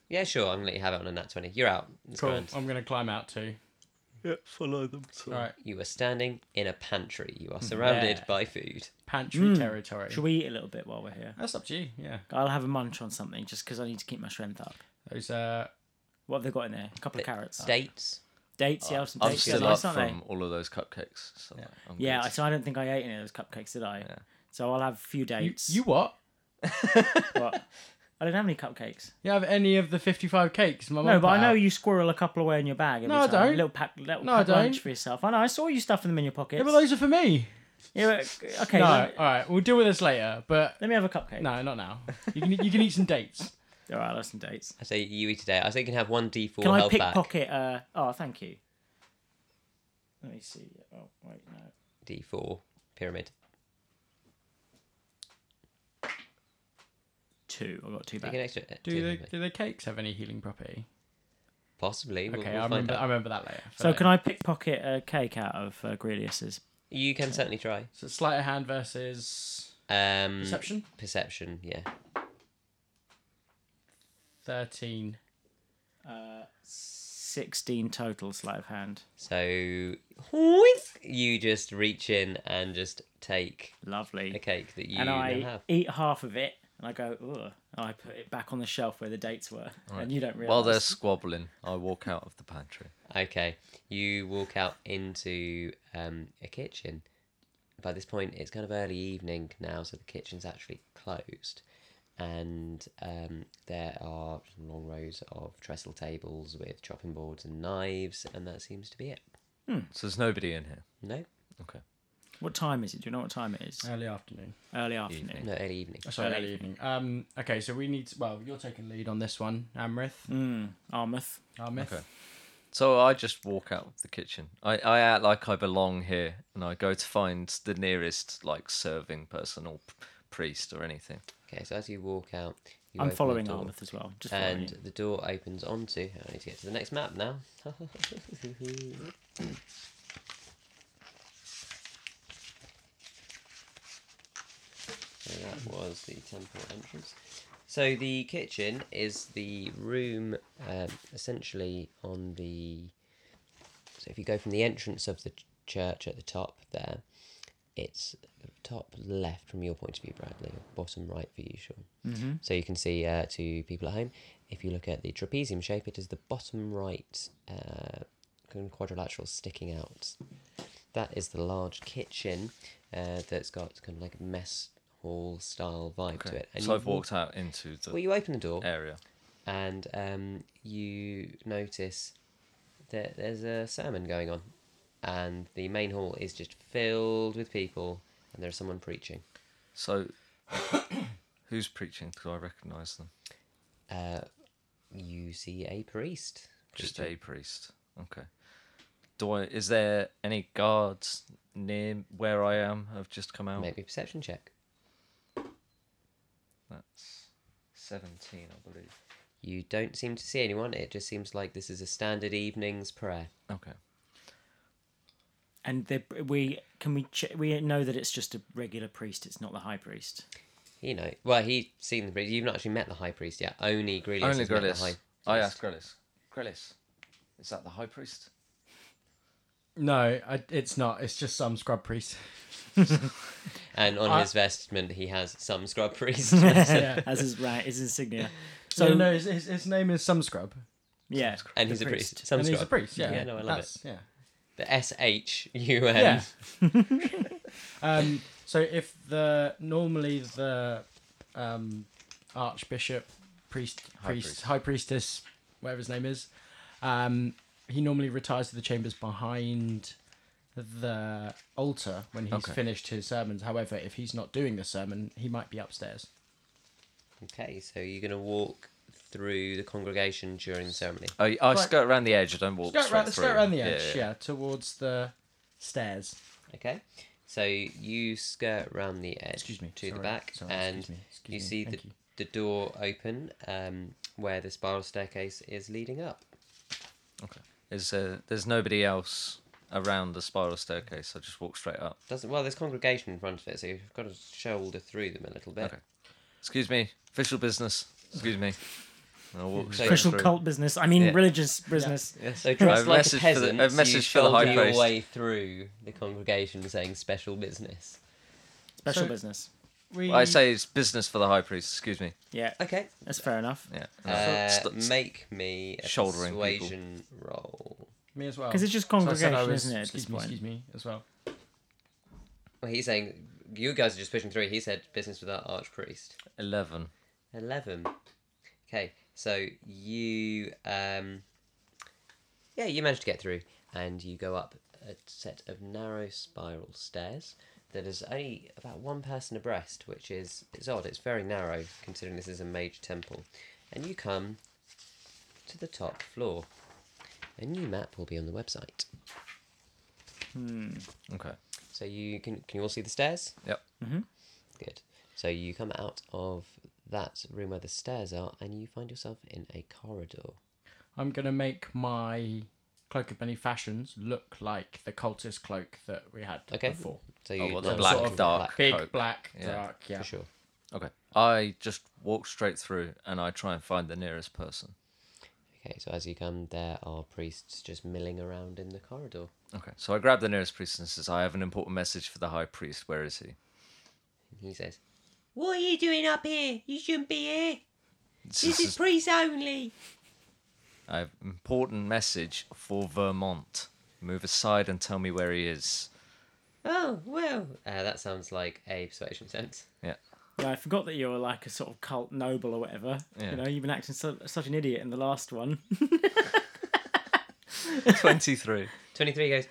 A: Yeah, sure. I'm gonna let you have it on a nat twenty. You're out. It's
B: Cool.
A: grand.
B: I'm gonna climb out too.
C: yeah, follow them. So.
B: All right.
A: You are standing in a pantry. You are surrounded
B: Mm, Yeah.
A: by food.
B: Pantry territory.
D: Hmm. Should we eat a little bit while we're here?
B: That's up to you. Yeah.
D: I'll have a munch on something just because I need to keep my strength up.
B: Those uh.
D: What have they got in there? A couple of
B: Oh.
D: carrots.
A: Dates.
D: dates, yeah, I have some
C: I'm
D: dates. They're
C: still
D: nice,
C: up
D: aren't
C: from
D: they?
C: all of those cupcakes. So I'm
D: Yeah, I-
C: good.
D: so I don't think I ate any of those cupcakes, did I? So I'll have a few
B: You,
D: dates.
B: you what?
D: What? I don't have any cupcakes.
B: You have any of the fifty-five cakes? My
D: No,
B: mum
D: but I
B: put
D: know
B: out?
D: you squirrel a couple away in your bag. Every
B: No, I
D: time.
B: don't.
D: Little pack, little
B: No, I
D: pack lunch
B: don't.
D: for yourself. I know. I saw you stuffing them in your pockets.
B: Yeah, but those are for me.
D: Yeah, but- okay.
B: No. All
D: let,
B: right. We'll deal with this later. But
D: let me have a cupcake.
B: no, not now. You can you can eat some dates.
D: All right, I'll have some dates.
A: I say you eat today. I say you can have one D4
D: Can I
A: held back.
D: pickpocket? Uh, oh, thank you. Let me see. Oh, wait, no.
A: D4 pyramid.
D: Two. I got two
A: Take
D: back.
A: an extra. uh,
B: Do the do the cakes have any healing property?
A: Possibly. We'll,
B: Okay,
A: we'll
B: I
A: find
B: remember. I
A: out.
B: remember that later.
D: So can I pickpocket a cake out of uh, Grelius's?
A: You can certainly try.
B: So sleight of hand versus
A: Um,
B: perception.
A: Perception. Yeah.
B: Thirteen.
D: Uh, Sixteen total sleight of hand.
A: So whisk, you just reach in and just take
D: Lovely.
A: a cake that you
D: and
A: now
D: I
A: have.
D: eat half of it, and I go, Ugh, and I put it back on the shelf where the dates were, and you don't realize.
C: While they're squabbling, I walk out of the pantry.
A: Okay, you walk out into um, a kitchen. By this point, it's kind of early evening now, so the kitchen's actually closed. and um, there are long rows of trestle tables with chopping boards and knives, and that seems to be it.
D: Mm.
C: So there's nobody in here.
A: No,
C: Okay.
D: What time is it? Do you know what time it is?
A: Uh,
B: Early afternoon.
D: Early afternoon.
A: no early evening.
B: Oh, sorry,
D: Early
B: early, evening. Um, okay, so we need. To, well, you're taking lead on this one, Amrith.
D: Mm, Armuth.
B: Amrith.
C: Okay. So I just walk out of the kitchen. I, I act like I belong here, and I go to find the nearest like serving person or p- priest or anything.
A: Okay, so as you walk out, you
D: I'm
A: open the
D: following
A: door,
D: Armuth as well. Just following
A: and
D: you.
A: the door opens onto. I need to get to the next map now. So that was the temple entrance. So the kitchen is the room um, essentially on the. So if you go from the entrance of the ch- church at the top there, it's top left from your point of view, Bradley, or bottom right for you, Sean. Mm-hmm. So you can see uh, to people at home, if you look at the trapezium shape, it is the bottom right uh, kind of quadrilateral sticking out. That is the large kitchen uh, that's got kind of like a mess hall style vibe to
C: Okay.
A: it. And
C: so
A: you
C: I've
A: walk-
C: walked out into the
A: Well, you open the door
C: area.
A: and um, you notice that there's a sermon going on, and the main hall is just filled with people, and there's someone preaching.
C: So who's preaching? Because I recognise them.
A: Uh, you see a priest.
C: Just
A: preaching.
C: a priest. Okay. Do I? Is there any guards near where I am? I've just come out.
A: Make me a perception check.
C: That's seventeen, I believe.
A: You don't seem to see anyone. It just seems like this is a standard evening's prayer.
C: Okay.
D: And the, we can we ch- we know that it's just a regular priest. It's not the high priest.
A: You know, well, he's seen the priest. You've not actually met the high priest yet. Only Grelius.
C: Only
A: has met the
C: Grellis.
A: high-
C: I asked Grellis. Grellis, is that the high priest?
B: No, I, it's not. It's just some scrub priest.
A: And on
B: I-
A: his vestment, he has some scrub priest.
B: yeah.
D: As his right, his insignia.
B: So
D: So
B: no, no, his, his, his name is some scrub,
D: yeah,
A: and he's a
D: priest.
A: priest. Some
B: and
A: scrub.
B: he's a priest. Yeah,
A: Yeah, no, I love it.
B: That's- Yeah.
A: The S H U N.
B: Yeah. um, so if the normally the um, archbishop, priest,
C: High
B: priest,
C: priest.
B: high priestess, whatever his name is, um, he normally retires to the chambers behind the altar when he's
C: Okay.
B: finished his sermons. However, if he's not doing the sermon, he might be upstairs.
A: Okay, so you're going to walk through the congregation during the ceremony.
C: I, I
B: Right.
C: Oh, skirt around the edge. I don't walk
B: Skirt
C: straight
B: around,
C: through.
B: skirt around the edge, yeah, towards the stairs.
A: Okay, so you skirt round the edge
B: Excuse me,
A: to the
B: sorry,
A: back,
B: sorry,
A: and
B: excuse me, excuse
A: you
B: me,
A: see the,
B: thank you.
A: the door open um, where the spiral staircase is leading up.
C: Okay. Is uh, there's nobody else around the spiral staircase? I just walk straight up.
A: Doesn't well, there's congregation in front of it, so you've got to shoulder through them a little bit.
C: Okay. Excuse me. Official business. Excuse me. And I walk straight
D: official
C: through.
D: cult business. I mean,
C: Yeah.
D: religious business.
A: So dressed
C: I've
A: like
C: messaged for
A: a
C: the-
A: peasant,
C: I've
A: you
C: messaged for the
A: shoulder
C: high
A: your
C: priest.
A: way through the congregation, saying "special business."
D: Special
B: So-
D: business.
B: We,
C: I say it's business for the high priest. Excuse me.
D: Yeah,
A: Okay,
D: that's fair enough.
C: Yeah. And I
A: uh,
C: st- st-
A: make me a
C: Shouldering people.
A: persuasion roll.
B: me as well
D: 'Cause it's just
B: So I said I
D: congregation,
B: was-
D: isn't it, at
B: Excuse
D: this
B: me,
D: point?
B: excuse me as well.
A: Well, he's saying you guys are just pushing through. He said business with that archpriest.
C: Eleven.
A: 11 okay so you um yeah you managed to get through and you go up a set of narrow spiral stairs that is only about one person abreast which is it's odd it's very narrow considering this is a major temple and you come to the top floor a new map will be on the website
C: Okay.
A: so you can can you all see the stairs
C: Yep.
A: Good. So you come out of that room where the stairs are, and you find yourself in a corridor.
B: I'm gonna make my cloak of many fashions look like the cultist cloak that we had
A: Okay.
B: before.
A: So
C: Oh,
A: you
C: well, the
A: now
C: black,
A: sort of
C: dark
B: Big
C: coat.
B: black
C: Yeah.
B: dark, yeah.
A: for sure.
C: Okay. I just walk straight through and I try and find the nearest person.
A: Okay. So as you come, there are priests just milling around in the corridor.
C: Okay. So I grab the nearest priest and says, I have an important message for the high priest. Where is he?
A: And he says, "What are you doing up here? You shouldn't be here. This is
C: Says,
A: priests only."
C: I have an important message for Vermont. Move aside and tell me where he is.
A: Oh well. Uh, that sounds like a persuasion sense.
C: Yeah.
D: I forgot that you were like a sort of cult noble or whatever.
C: Yeah.
D: You know, you've been acting so, such an idiot in the last one.
C: 23.
A: 23 goes,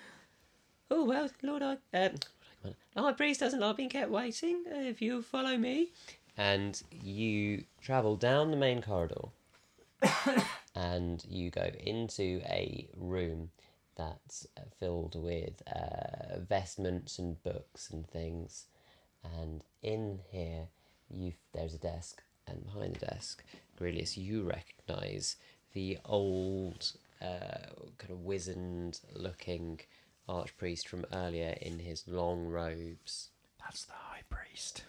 A: Oh, well, Lord, I. Um, the high priest doesn't like being kept waiting uh, if you follow me. And you travel down the main corridor and you go into a room that's uh, filled with uh, vestments and books and things. And in here, you there's a desk, and behind the desk, Aurelius, you recognise the old, uh, kind of wizened-looking archpriest from earlier in his long robes.
B: That's the high priest.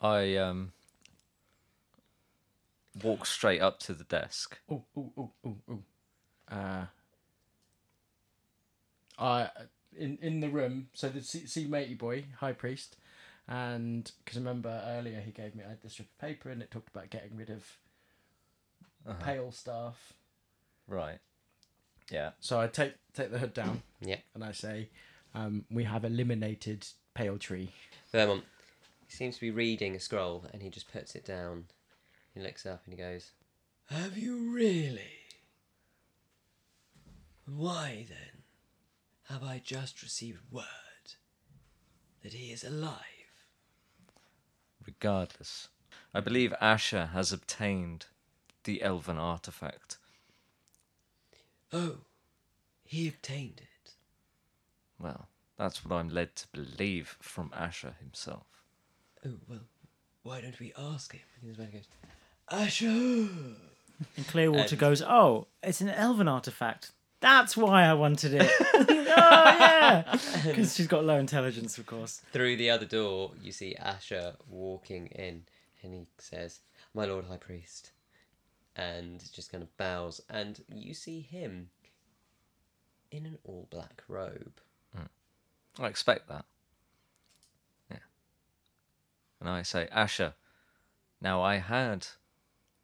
C: I um walk straight up to the desk.
B: Ooh, ooh, ooh, ooh, ooh. Uh, I in in the room. So the see, see matey boy, high priest, and because remember earlier he gave me I had this strip of paper and it talked about getting rid of
A: Uh-huh.
B: pale staff.
C: Right. Yeah.
B: So I take take the hood down
A: Yeah.
B: and I say, um, "We have eliminated pale tree."
A: Vermont. He seems to be reading a scroll and he just puts it down. He looks up and he goes, Have you really? Why then have I just received word that he is alive?
C: Regardless, I believe Asher has obtained the elven artifact.
A: Oh, he obtained it.
C: Well, that's what I'm led to believe from Asher himself.
A: Oh, well, why don't we ask him? And this man goes, Asher!
D: And Clearwater goes, "Oh, it's an elven artifact. That's why I wanted it. oh yeah, because she's got low intelligence, of course.
A: Through the other door, you see Asher walking in, and he says, "My Lord High Priest," and just kind of bows, and you see him in an all-black robe.
C: I expect that. Yeah. And I say, Asher, now I had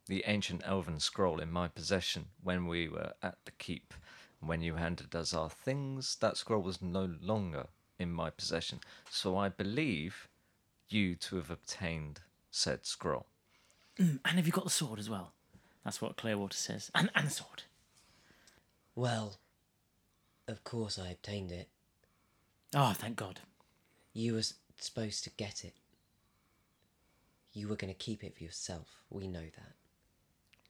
C: the ancient elven scroll in my possession when we were at the keep. When you handed us our things, that scroll was no longer in my possession. So I believe you to have obtained said scroll.
D: And have you got the sword as well? That's what Clearwater says. And and the sword.
A: Well, of course I obtained it.
D: Oh, thank God.
A: You were s- supposed to get it. You were going to keep it for yourself. We know that.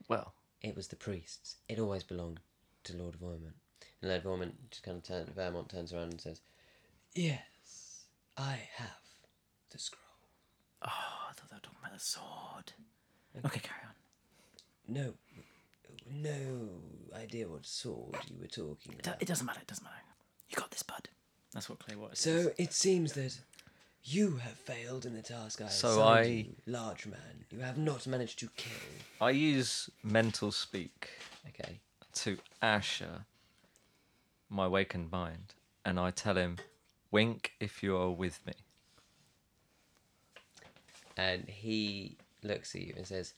C: Well,
A: It was the priests. It always belonged to Lord Vormont. And Lord Vormont just kind of turn, Vermont turns around and says, "Yes, I have the scroll.
D: Oh, I thought they were talking about the sword. Okay, carry on.
A: No, no idea what sword you were talking
D: It do-
A: about.
D: It doesn't matter. It doesn't matter. You got this, bud. That's what Clearwater says.
A: So it seems that you have failed in the task I
C: So
A: assigned
C: I-
A: you, large man. You have not managed to kill.
C: I use mental speak
A: Okay.
C: to Asher, my wakened mind, and I tell him, wink if you are with me.
A: and he looks at you and says,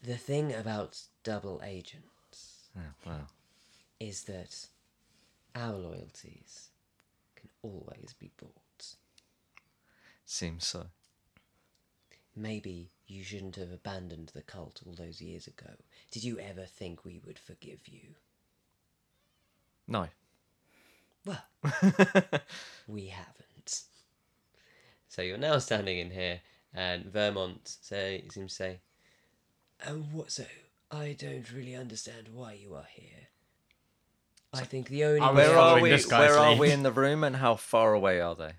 A: "The thing about double agents
C: Yeah, well.
A: is that our loyalties can always be bought.
C: Seems so.
A: Maybe you shouldn't have abandoned the cult all those years ago. Did you ever think we would forgive you?
C: No.
A: Well, we haven't. So you're now standing in here, and Vermont say seems to say, and what so? I don't really understand why you are here. I think the only
B: I was
A: way
C: Where are
B: following
C: we?
B: this guy's
C: Where are
B: lead.
C: we in the room, and how far away are they?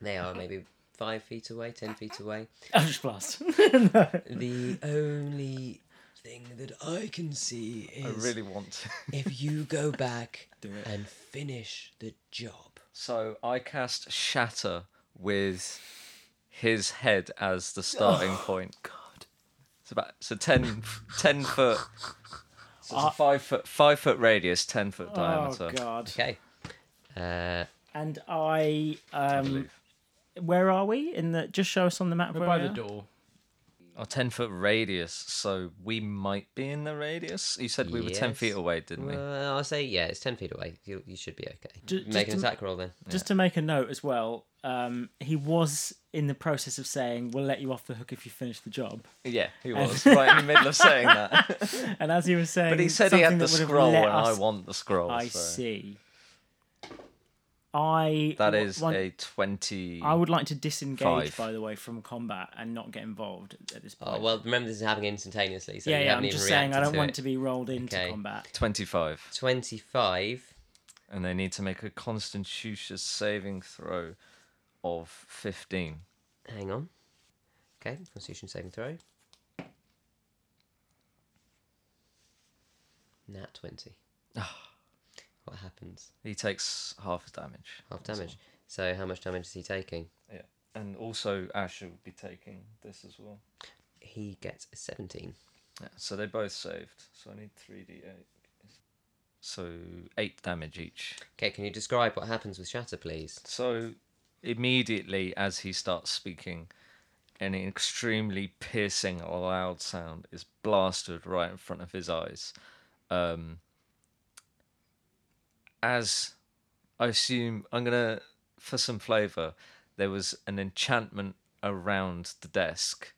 A: They are maybe five feet away, ten feet away.
D: Eldritch Oh, blast.
A: The only thing that I can see
C: I
A: is
C: Oh, really want to.
A: if you go back and finish the job.
C: So I cast Shatter with his head as the starting point. God. It's about so 10, 10 foot. So it's a five foot five foot radius, ten foot diameter.
D: oh God.
A: Okay. Uh,
D: And I.
C: I
D: Um,
C: believe.
D: where are we? In the? Just show us on the map.
B: We're
D: where
B: by
D: we
B: the
D: are.
B: door.
C: Oh, 10 foot radius. So we might be in the radius. You said we were ten
A: Yes.
C: feet away, didn't we?
A: well, I'll say yeah, it's ten feet away. You, you should be okay.
D: Ju-
A: Make an
D: just to-
A: attack roll then.
D: Just to make a note as well, um, he was in the process of saying, "We'll let you off the hook if you finish the job."
C: Yeah, he was right in the middle of saying that.
D: And as he was saying,
C: But he said he
D: something
C: had the
D: that would have
C: scroll,
D: let
C: and I
D: us-
C: want the scroll.
D: I
C: so.
D: see. I
C: That
D: wa-
C: is
D: want-
C: a twenty.
D: I would like to disengage,
C: Five.
D: by the way, from combat and not get involved at this point.
A: Oh, well, remember this is happening instantaneously, so
D: yeah,
A: you
D: yeah.
A: haven't
D: I'm
A: even
D: just saying I
A: reacted
D: don't
A: to
D: want
A: it.
D: to be rolled into
A: Okay.
D: combat.
C: 25
A: 25.
C: and they need to make a constitution saving throw of 15
A: Hang on. Okay, Constitution saving throw. Nat 20.
D: Ah.
A: what happens?
C: he takes half damage
A: Half damage. So, how much damage is he taking?
C: yeah and also ash will be taking this as well
A: He gets a 17.
C: yeah so they both saved so i need 3d8 so 8 damage each
A: Okay, can you describe what happens with Shatter, please?
C: So immediately as he starts speaking, an extremely piercing, loud sound is blasted right in front of his eyes. Um, as I assume, I'm gonna for some flavour. There was an enchantment around the desk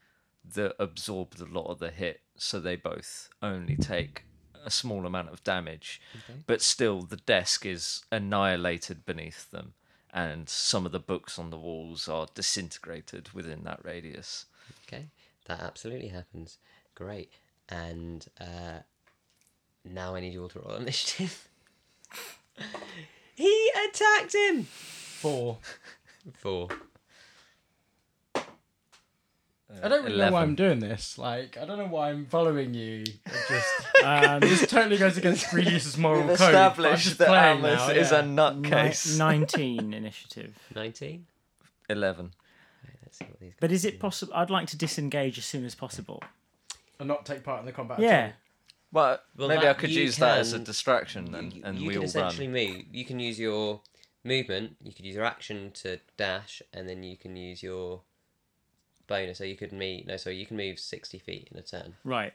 C: that absorbed a lot of the hit, so they both only take a small amount of damage, but still the desk is annihilated beneath them, and some of the books on the walls are disintegrated within that radius.
A: Okay, that absolutely happens. Great. And uh, now I need you all to roll initiative. he attacked him!
B: Four.
A: Four.
B: I don't really know why
C: 11.
B: I'm doing this. Like, I don't know why I'm following you. It just,
D: Um,
B: this totally goes against Regis's moral code. but I'm just playing now,
C: is
B: yeah.
C: a
D: Ni-
C: nutcase.
D: 19 initiative.
A: 19.
C: Eleven.
A: Let's see what these
D: But is
C: Hmm.
D: it possible? I'd like to disengage as soon as possible.
B: and not take part in the combat. at
D: Yeah.
B: all.
C: Well,
A: Well,
C: maybe
A: that-
C: I could
A: you
C: use that as a
A: can-
C: distraction, and,
A: you,
C: and
A: you
C: we
A: can
C: all
A: essentially
C: run.
A: move. You can use your movement. You could use your action to dash, and then you can use your bonus. So you could meet. No, sorry, you can move sixty feet in a turn.
D: Right.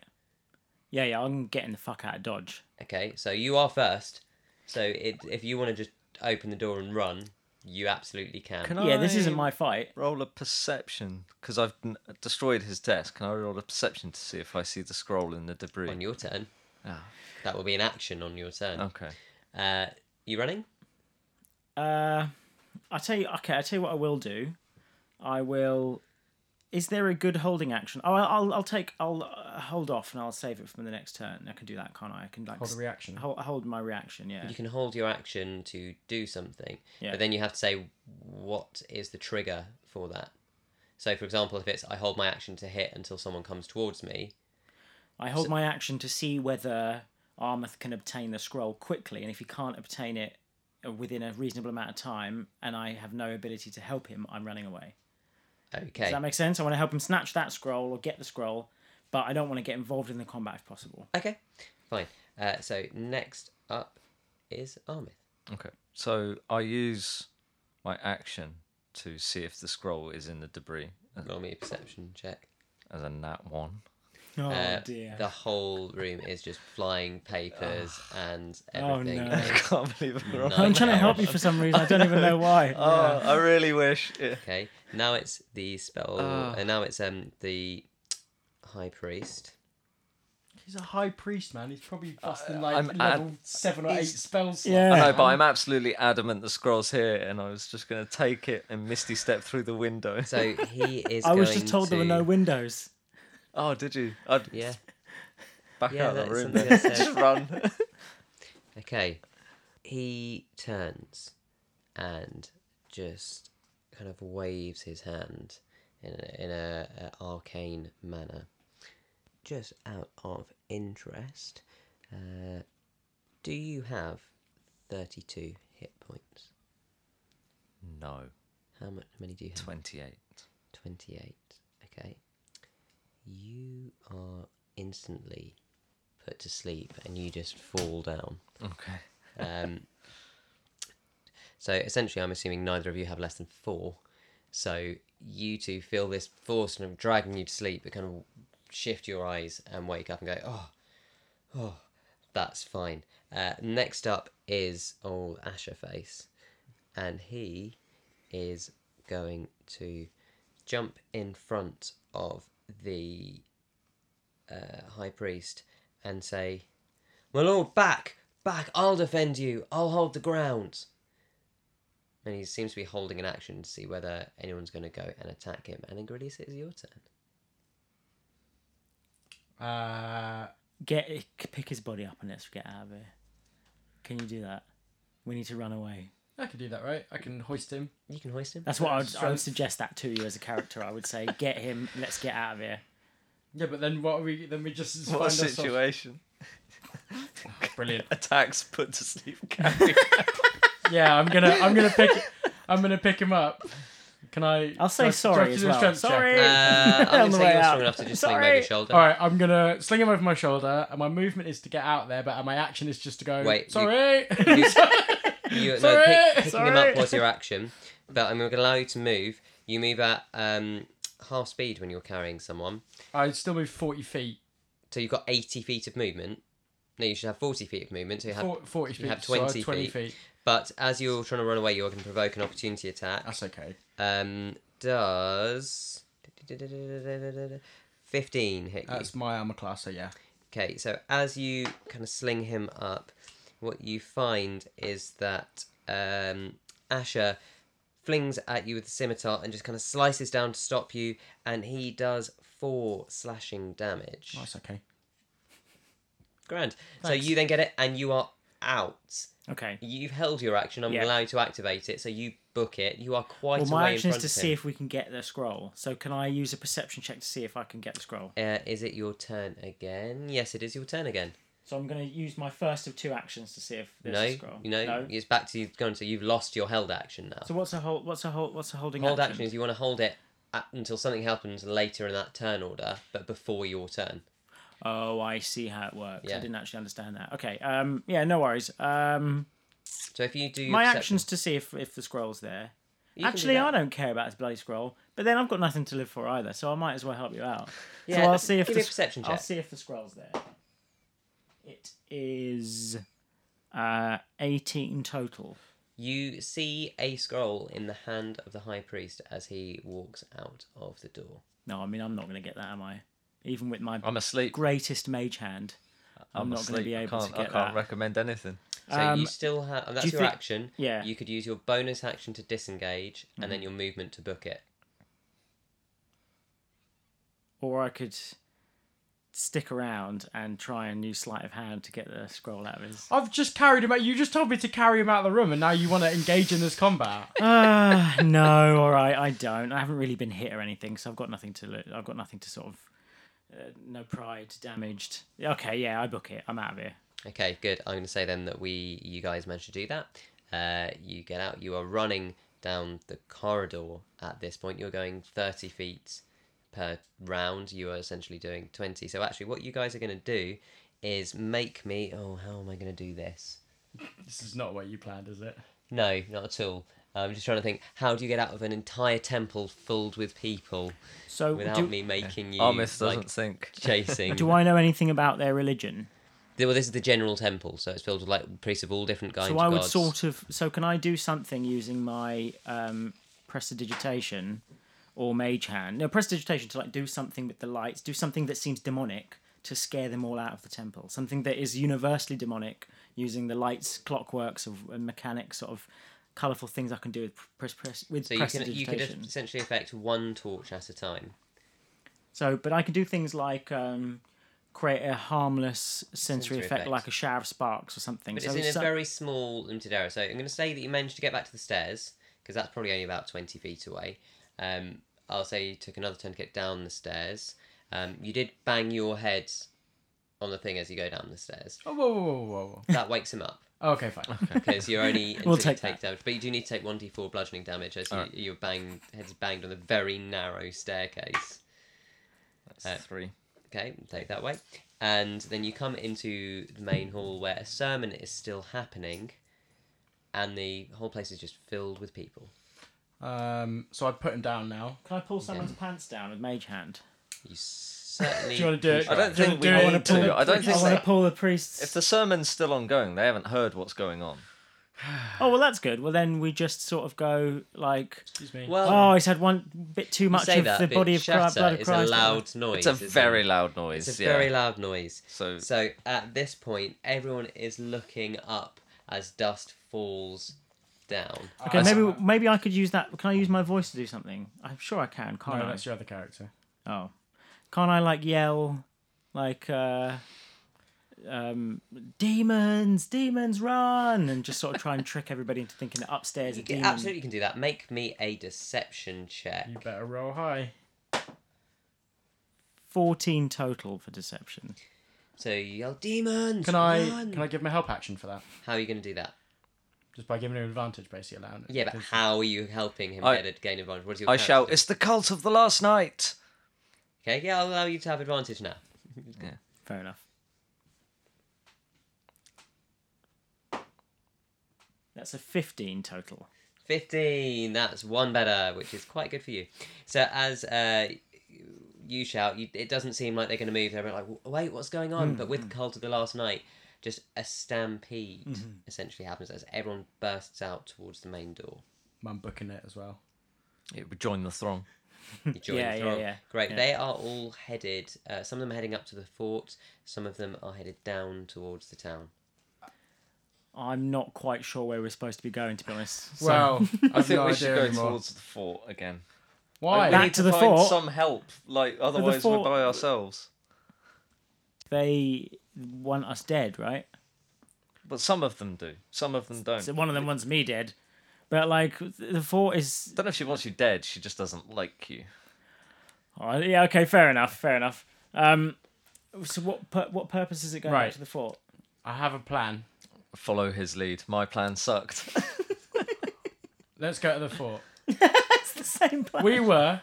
D: Yeah, yeah. I'm getting the fuck out of dodge.
A: Okay, so you are first. So it, if you want to just open the door and run, you absolutely can.
C: Can
D: Yeah, this
C: I
D: isn't my fight.
C: roll a perception because I've n- destroyed his desk. Can I roll a perception to see if I see the scroll in the debris?
A: on your turn.
C: Ah.
A: That will be an action on your turn.
C: Okay.
D: Oh.
A: Uh, you running?
D: Uh, I tell you. Okay, I tell you what. I will do. I will. Is there a good holding action? Oh, I'll I'll, I'll take. I'll uh, hold off and I'll save it for the next turn. I can do that, can't I? I can like
B: Hold a
D: s-
B: reaction.
D: Hold, hold my reaction. Yeah.
A: You can hold your action to do something,
D: Yeah.
A: but then you have to say what is the trigger for that. So, for example, if it's I hold my action to hit until someone comes towards me,
D: I hold my action to see whether Armouth can obtain the scroll quickly, and if he can't obtain it uh, within a reasonable amount of time, and I have no ability to help him, I'm running away.
A: okay,
D: Does that make sense? I want to help him snatch that scroll or get the scroll, but I don't want to get involved in the combat if possible.
A: okay, fine. Uh, so next up is Armith.
C: Okay. So I use my action to see if the scroll is in the debris
A: Roll me a perception check.
C: as a nat one.
D: Oh
A: Uh,
D: dear.
A: The whole room is just flying papers and
D: Oh,
A: everything.
D: no.
A: is-
C: can't believe it.
A: No.
D: I'm trying to help you for some reason. I don't even know why.
C: Oh, I really wish. Yeah.
A: Okay, now it's the spell,
D: Oh.
A: and now it's um the high priest.
B: He's a high priest, man. He's probably busting like
C: I'm ad-
B: level seven or eight spells. slots.
D: Yeah.
C: I know, but I'm absolutely adamant the scroll's here, and I was just going to take it and misty step through the window.
A: So he is.
D: I was
A: going
D: just told
A: to...
D: there were no windows.
C: oh, did you? I'd
A: Yeah.
C: back
A: Yeah,
C: out of
A: that's
C: the room
A: something
C: then.
A: I said.
C: just run.
A: Okay. He turns and just kind of waves his hand in a, in a, a arcane manner. Just out of interest, uh, do you have thirty-two hit points?
C: No,
A: How mu- how many do you have?
C: 28.
A: 28. Okay. You are instantly put to sleep and you just fall down.
C: Okay.
A: Um, so essentially, I'm assuming neither of you have less than four. So you two feel this force kind of dragging you to sleep, but kind of shift your eyes and wake up and go, oh, oh, that's fine. Uh, next up is old Asher Face, and he is going to jump in front of the uh, high priest and say, "My lord, back, back! I'll defend you. I'll hold the ground." And he seems to be holding an action to see whether anyone's going to go and attack him. And Ingridis, it is your turn.
B: Uh,
D: Get pick his body up and let's get out of here. Can you do that? We need to run away.
B: I can do that, right? I can hoist him.
A: You can hoist him.
D: That's what I would, I
B: Strength.
D: would suggest that to you as a character. I would say, get him. Let's get out of here.
B: Yeah, but then what are we? Then we just
C: What a
B: find ourselves-
C: situation.
B: Brilliant.
C: Attacks put to sleep. Gary.
B: Yeah, I'm gonna I'm gonna pick I'm gonna pick him up. Can I?
D: I'll say
B: do I- do I
D: sorry
B: have to
D: as
B: do a
D: well.
B: strength check?
D: Sorry.
A: Uh, I'm
D: On
A: going to
D: the way
A: say you're
D: out.
A: strong enough to just sling him over
D: Sorry.
A: your shoulder.
B: All right, I'm gonna sling him over my shoulder, and my movement is to get out there, but my action is just to go.
A: Wait, you-
B: sorry.
A: You, no,
B: Sorry,
A: pick, picking him
B: sorry.
A: up was your action, but I'm going to allow you to move. You move at um, half speed when you're carrying someone,
B: I still move forty feet.
A: so you've got 80 feet of movement. No, you should have 40 feet of movement. So you have,
B: Four- Forty feet.
A: have
B: so I
A: 20
B: 20
A: feet. but as you're trying to run away, you're going to provoke an opportunity attack.
B: That's okay.
A: Um, does 15 hit you?
B: That's my armor class. So yeah.
A: Okay, so as you kind of sling him up, what you find is that um, Asher flings at you with the scimitar and just kind of slices down to stop you, and he does four slashing damage.
B: That's okay.
A: Grand. So you then get it, and you are out.
D: Okay.
A: You've held your action. I'm going
D: Yeah.
A: to allow you to activate it, so you book it. You are quite
D: Well, my
A: away in
D: action
A: front
D: is to
A: of
D: see
A: him.
D: if we can get the scroll. So can I use a perception check to see if I can get the scroll?
A: Uh, is it your turn again? Yes, it is your turn again.
D: So I'm going to use my first of two actions to see if there's a
A: no,
D: scroll.
A: you know, it's back to you going. So you've lost your held action now.
D: So what's a hold? What's a hold? What's a holding
A: Hold
D: action?
A: action is you want to hold it at, until something happens later in that turn order, but before your turn.
D: Oh, I see how it works.
A: Yeah.
D: I didn't actually understand that. Okay. Um. Yeah. No worries. Um.
A: So if you do your
D: my
A: perception-
D: actions to see if if the scroll's there.
A: you can do
D: actually,
A: that.
D: I don't care about this bloody scroll. But then I've got nothing to live for either, so I might as well help you out.
A: Yeah,
D: so I'll see if
A: give
D: the
A: me a perception
D: I'll
A: check.
D: see if the scroll's there. It is uh 18 total.
A: You see a scroll in the hand of the high priest as he walks out of the door.
D: No, I mean I'm not going to get that, am I? Even with
A: Oh.
D: my
C: I'm asleep.
D: greatest mage hand, I'm,
C: I'm,
D: not going to
C: asleep.
D: be
C: I
D: able to
C: can't,
D: get
C: I can't
D: that.
C: recommend anything.
A: So you
D: Um,
A: still have and that's
D: you
A: your
D: think-
A: action.
D: yeah. Mm-hmm.
A: You could use your bonus action to disengage and then your movement to book it.
D: or I could stick around and try and use sleight of hand to get the scroll out of his.
B: I've just carried him out. You just told me to carry him out of the room, and now you want to engage in this combat.
D: Ah, no, all right, I don't. I haven't really been hit or anything, so I've got nothing to. lo- I've got nothing to sort of. Uh, no pride damaged. Okay, yeah, I book it. I'm out of here.
A: Okay, good. I'm going to say then that we, you guys managed to do that. Uh, you get out. You are running down the corridor at this point. You're going 30 feet per round. You are essentially doing 20. So actually, what you guys are going to do is make me. Oh, how am I going to do this?
B: This is not what you planned, is it?
A: No, not at all. I'm just trying to think. How do you get out of an entire temple filled with people
D: So
A: without
D: do,
A: me making you
C: Armis doesn't
A: like
C: think.
A: chasing?
D: do I know anything about their religion?
A: Well, this is the general temple, so it's filled with like priests of all different kinds.
D: So I
A: of
D: would
A: gods.
D: sort of. So can I do something using my um, prestidigitation or mage hand? No, prestidigitation to like do something with the lights, do something that seems demonic to scare them all out of the temple. Something that is universally demonic, using the lights, clockworks, of and mechanics, sort of colorful things I can do with pres- pres- with
A: So you can you
D: prestidigitation.
A: could essentially affect one torch at a time.
D: So, but I can do things like. Um, Create a harmless
A: Sensory
D: sensory, effect,
A: effect.
D: like a shower of sparks or something.
A: But
D: so uh,
A: it's in a
D: so-
A: very small limited area. So I'm going to say that you managed to get back to the stairs because that's probably only about twenty feet away. Um, I'll say you took another turn to get down the stairs. Um, you did bang your head on the thing as you go down the stairs.
B: Oh, whoa, whoa, whoa, whoa,
A: That wakes him up
B: whoa. Okay, fine.
A: because you're only until
D: We'll
A: you
D: take
A: take
D: that.
A: damage. But you do need to take one d4 bludgeoning damage as you, your bang head's banged on the very narrow staircase.
C: That's
A: Uh,
C: three.
A: Okay, take that way. And then you come into the main hall where a sermon is still happening, and the whole place is just filled with people.
B: Um, so I put him down now.
D: Can I pull someone's pants down with mage hand?
A: You certainly.
B: Do you want to do it?
A: can
C: I don't
A: try.
B: Do you wanna
C: think we
B: do it
C: need
B: until
C: to.
B: the
C: I don't
B: priest-
C: think
D: I want
C: they-
D: to pull the priests.
C: If the sermon's still ongoing, they haven't heard what's going on.
D: Oh well, that's good. Well, then we just sort of go like,
B: Excuse me.
A: Well,
D: oh, he's had one bit too much
A: say
D: of
A: that,
D: the
A: but
D: body of Christ.
A: shatter
D: Blood of
A: is a
D: Christ.
A: loud noise.
C: It's a
A: isn't it?
C: very loud noise.
A: It's a
C: yeah.
A: very loud noise.
C: So-
A: so at this point, everyone is looking up as dust falls down.
D: Okay,
B: That's-
D: maybe maybe I could use that. Can I use my voice to do something? I'm sure I can. Can't
B: No,
D: I?
B: that's your other character.
D: Oh, can't I like yell like uh, um, demons, demons, run, and just sort of try and trick everybody into thinking that upstairs a
A: You can-
D: demon.
A: absolutely can do that. Make me a deception check.
B: You better roll high.
D: Fourteen total for deception.
A: So you yell, demons!
B: Can I
A: run!"
B: can I give him a help action for that?
A: How are you going to do that?
B: Just by giving him advantage, basically allowing it.
A: Yeah, but how are you helping him
C: I-
A: get a gain advantage? What is your
C: I
A: character
C: shout,
A: doing?
C: "It's the cult of the last night."
A: Okay, yeah, I'll allow you to have advantage now.
D: Fair enough. That's a fifteen total.
A: 15 that's one better which is quite good for you so as uh, you shout you, it doesn't seem like they're going to move they're like wait what's going on but
D: Mm-hmm.
A: with cult of the last night just a stampede essentially happens as everyone bursts out towards the main door
B: I'm booking it as well.
C: It would join the throng.
A: you join
D: Hmm. Yeah,
A: the
D: yeah,
A: throng.
D: yeah,
A: great
D: yeah.
A: they are all headed uh, some of them are heading up to the fort some of them are headed down towards the town
D: I'm not quite sure where we're supposed to be going, to be honest. So-
B: Well,
C: I think
B: no
C: we should
B: idea
C: go
B: anymore.
C: towards the fort again.
B: Why?
D: Back to the
C: find
D: fort.
C: Some help, like otherwise
D: fort-
C: we're by ourselves.
D: they want us dead, right?
C: But some of them do. Some of them don't.
D: So one of them wants me dead, but like the fort is.
C: I don't know if she wants you dead. She just doesn't like you.
D: Oh, yeah, okay, fair enough, fair enough. Um, so what pur- what purpose is it going
B: Right.
D: back to the fort?
B: I have a plan.
C: Follow his lead. My plan sucked.
B: Let's go to the fort.
D: It's the same plan.
B: We were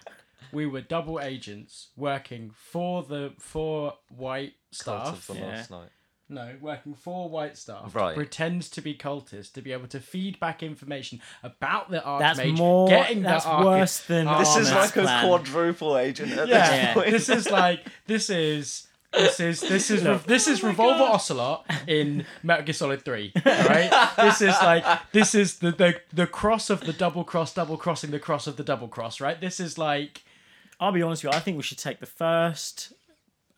B: we were double agents working for the for white
C: Cult of
B: staff.
C: the
D: Yeah.
C: last night.
B: No, working for white staff.
C: Right.
B: Pretends to be cultists to be able to feed back information about the archmage.
D: That's more.
B: Getting
D: that's
B: the archi-
D: worse than.
B: This
C: This is
D: Armin's
C: like a
D: plan.
C: quadruple agent at
B: Yeah.
D: Yeah.
C: this point.
B: This is like this is this is this is this
C: Oh
B: is Revolver Ocelot in Metal Gear Solid Three, right? this is like this is the, the the cross of the double cross, double crossing the cross of the double cross, right? This is like
D: I'll be honest with you. I think we should take the first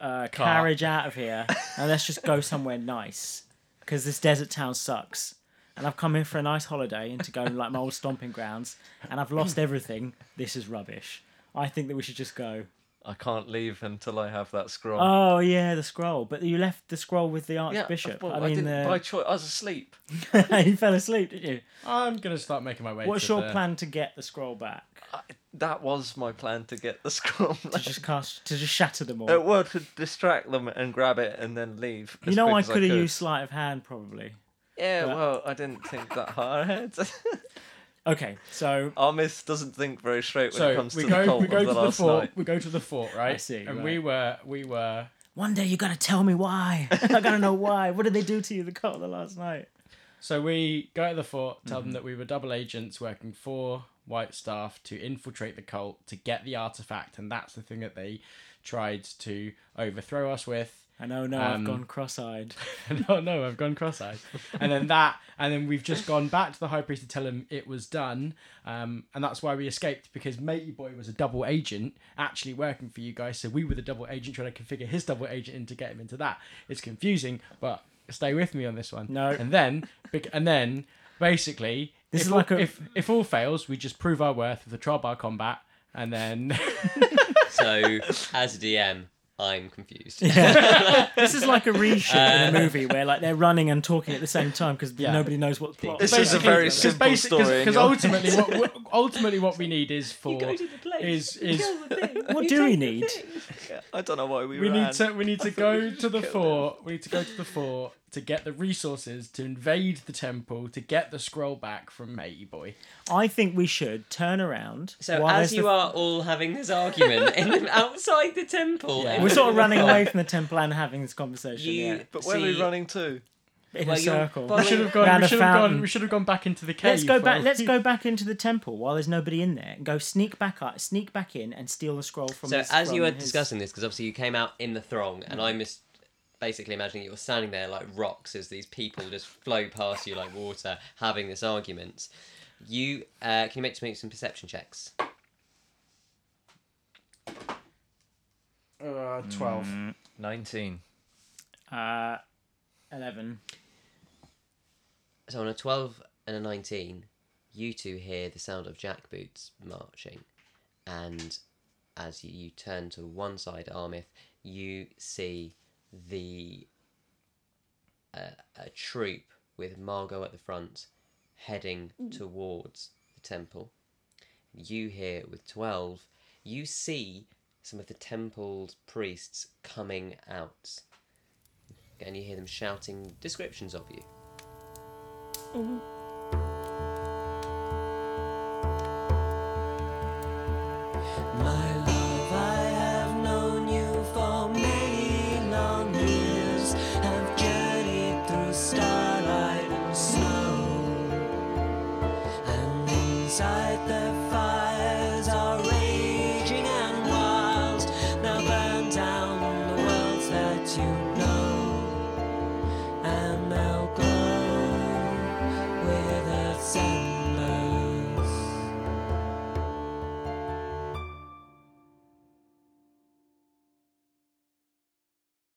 D: uh, carriage out of here and let's just go somewhere nice because this desert town sucks. And I've come here for a nice holiday and to go like my old stomping grounds, and I've lost everything. This is rubbish. I think that we should just go.
C: I can't leave until I have that scroll.
D: Oh yeah, the scroll. But you left the scroll with the
C: yeah,
D: archbishop.
C: well,
D: I mean,
C: didn't
D: uh,
C: by choice. I was asleep.
D: you fell asleep, didn't you?
B: I'm gonna start making my way.
D: What's
B: to
D: your
B: the-
D: plan to get the scroll back?
C: I, that was my plan to get the scroll.
D: To just cast, to just shatter them all.
C: It would to distract them and grab it and then leave.
D: you
C: as
D: know,
C: quick
D: I
C: as
D: could have used sleight of hand probably.
C: Yeah,
D: but-
C: well, I didn't think that hard.
D: Okay, so
C: Armis doesn't think very straight when
B: So
C: it comes
B: we
C: to the
B: go,
C: cult
B: we go
C: of
B: to
C: the
B: the
C: last
B: fort.
C: night.
B: We go to the fort, right?
D: I see,
B: And
D: right.
B: we were, we were.
D: one day you gotta tell me why. I gotta know why. What did they do to you the cult the last night?
B: So we go to the fort, tell them that we were double agents working for White Staff to infiltrate the cult to get the artifact, and that's the thing that they tried to overthrow us with.
D: And oh no,
B: Um,
D: I've gone cross-eyed.
B: oh no, I've gone cross-eyed. And then that, and then we've just gone back to the high priest to tell him it was done, um, and that's why we escaped because Matey Boy was a double agent actually working for you guys. So we were the double agent trying to configure his double agent in to get him into that. It's confusing, but stay with me on this one.
D: No.
B: And then, bec- and then, basically,
D: This
B: if,
D: is
B: all,
D: like a-
B: if if all fails, we just prove our worth with the trial bar combat, and then.
A: so as a dm i'm confused
D: This is like a reshoot
A: Uh,
D: in a movie where like they're running and talking at the same time because nobody knows what plot.
C: This is a
B: Basically-
C: very
B: it's
C: simple
B: basic-
C: story in
B: Because
C: your-
B: ultimately, what, what ultimately what we need is for is is
D: what do we need?
C: I don't know why we,
B: we
C: ran.
B: need to we need to go to the fort. We need to go to the fort to get the resources to invade the temple to get the scroll back from Matey Boy.
D: I think we should turn around.
A: So
D: while
A: as
D: there's
A: you
D: the-
A: are all having this argument in the, outside the temple,
B: Yeah.
A: in
D: we're
A: the
D: sort of running
A: middle,
D: away from the temple and having this
A: You
D: conversation. yeah.
C: But where are we
A: see-
C: running to?
D: in
A: Well,
D: a
A: you're
D: circle.
A: following-
B: We should have gone.
D: Round
B: We
D: a
B: should have gone.
D: fountain.
B: We should have gone back into the cave.
D: Let's go back.
B: or-
D: Let's go back into the temple while there's nobody in there, and go sneak back up, sneak back in, and steal the scroll from.
A: So
D: his-
A: as you
D: from
A: were
D: his-
A: discussing this, because obviously you came out in the throng, and I mis- basically imagining you're standing there like rocks as these people just flow past you like water, having this argument. You uh, can you make, make some perception checks?
B: Uh, 12.
C: 19.
D: Uh, eleven.
A: So on a twelve and a nineteen, you two hear the sound of jackboots marching, and as you turn to one side, Armith, you see the uh, a troop with Margot at the front, heading towards the temple. You hear with twelve, you see some of the temple's priests coming out, and you hear them shouting descriptions of you.
D: Oh,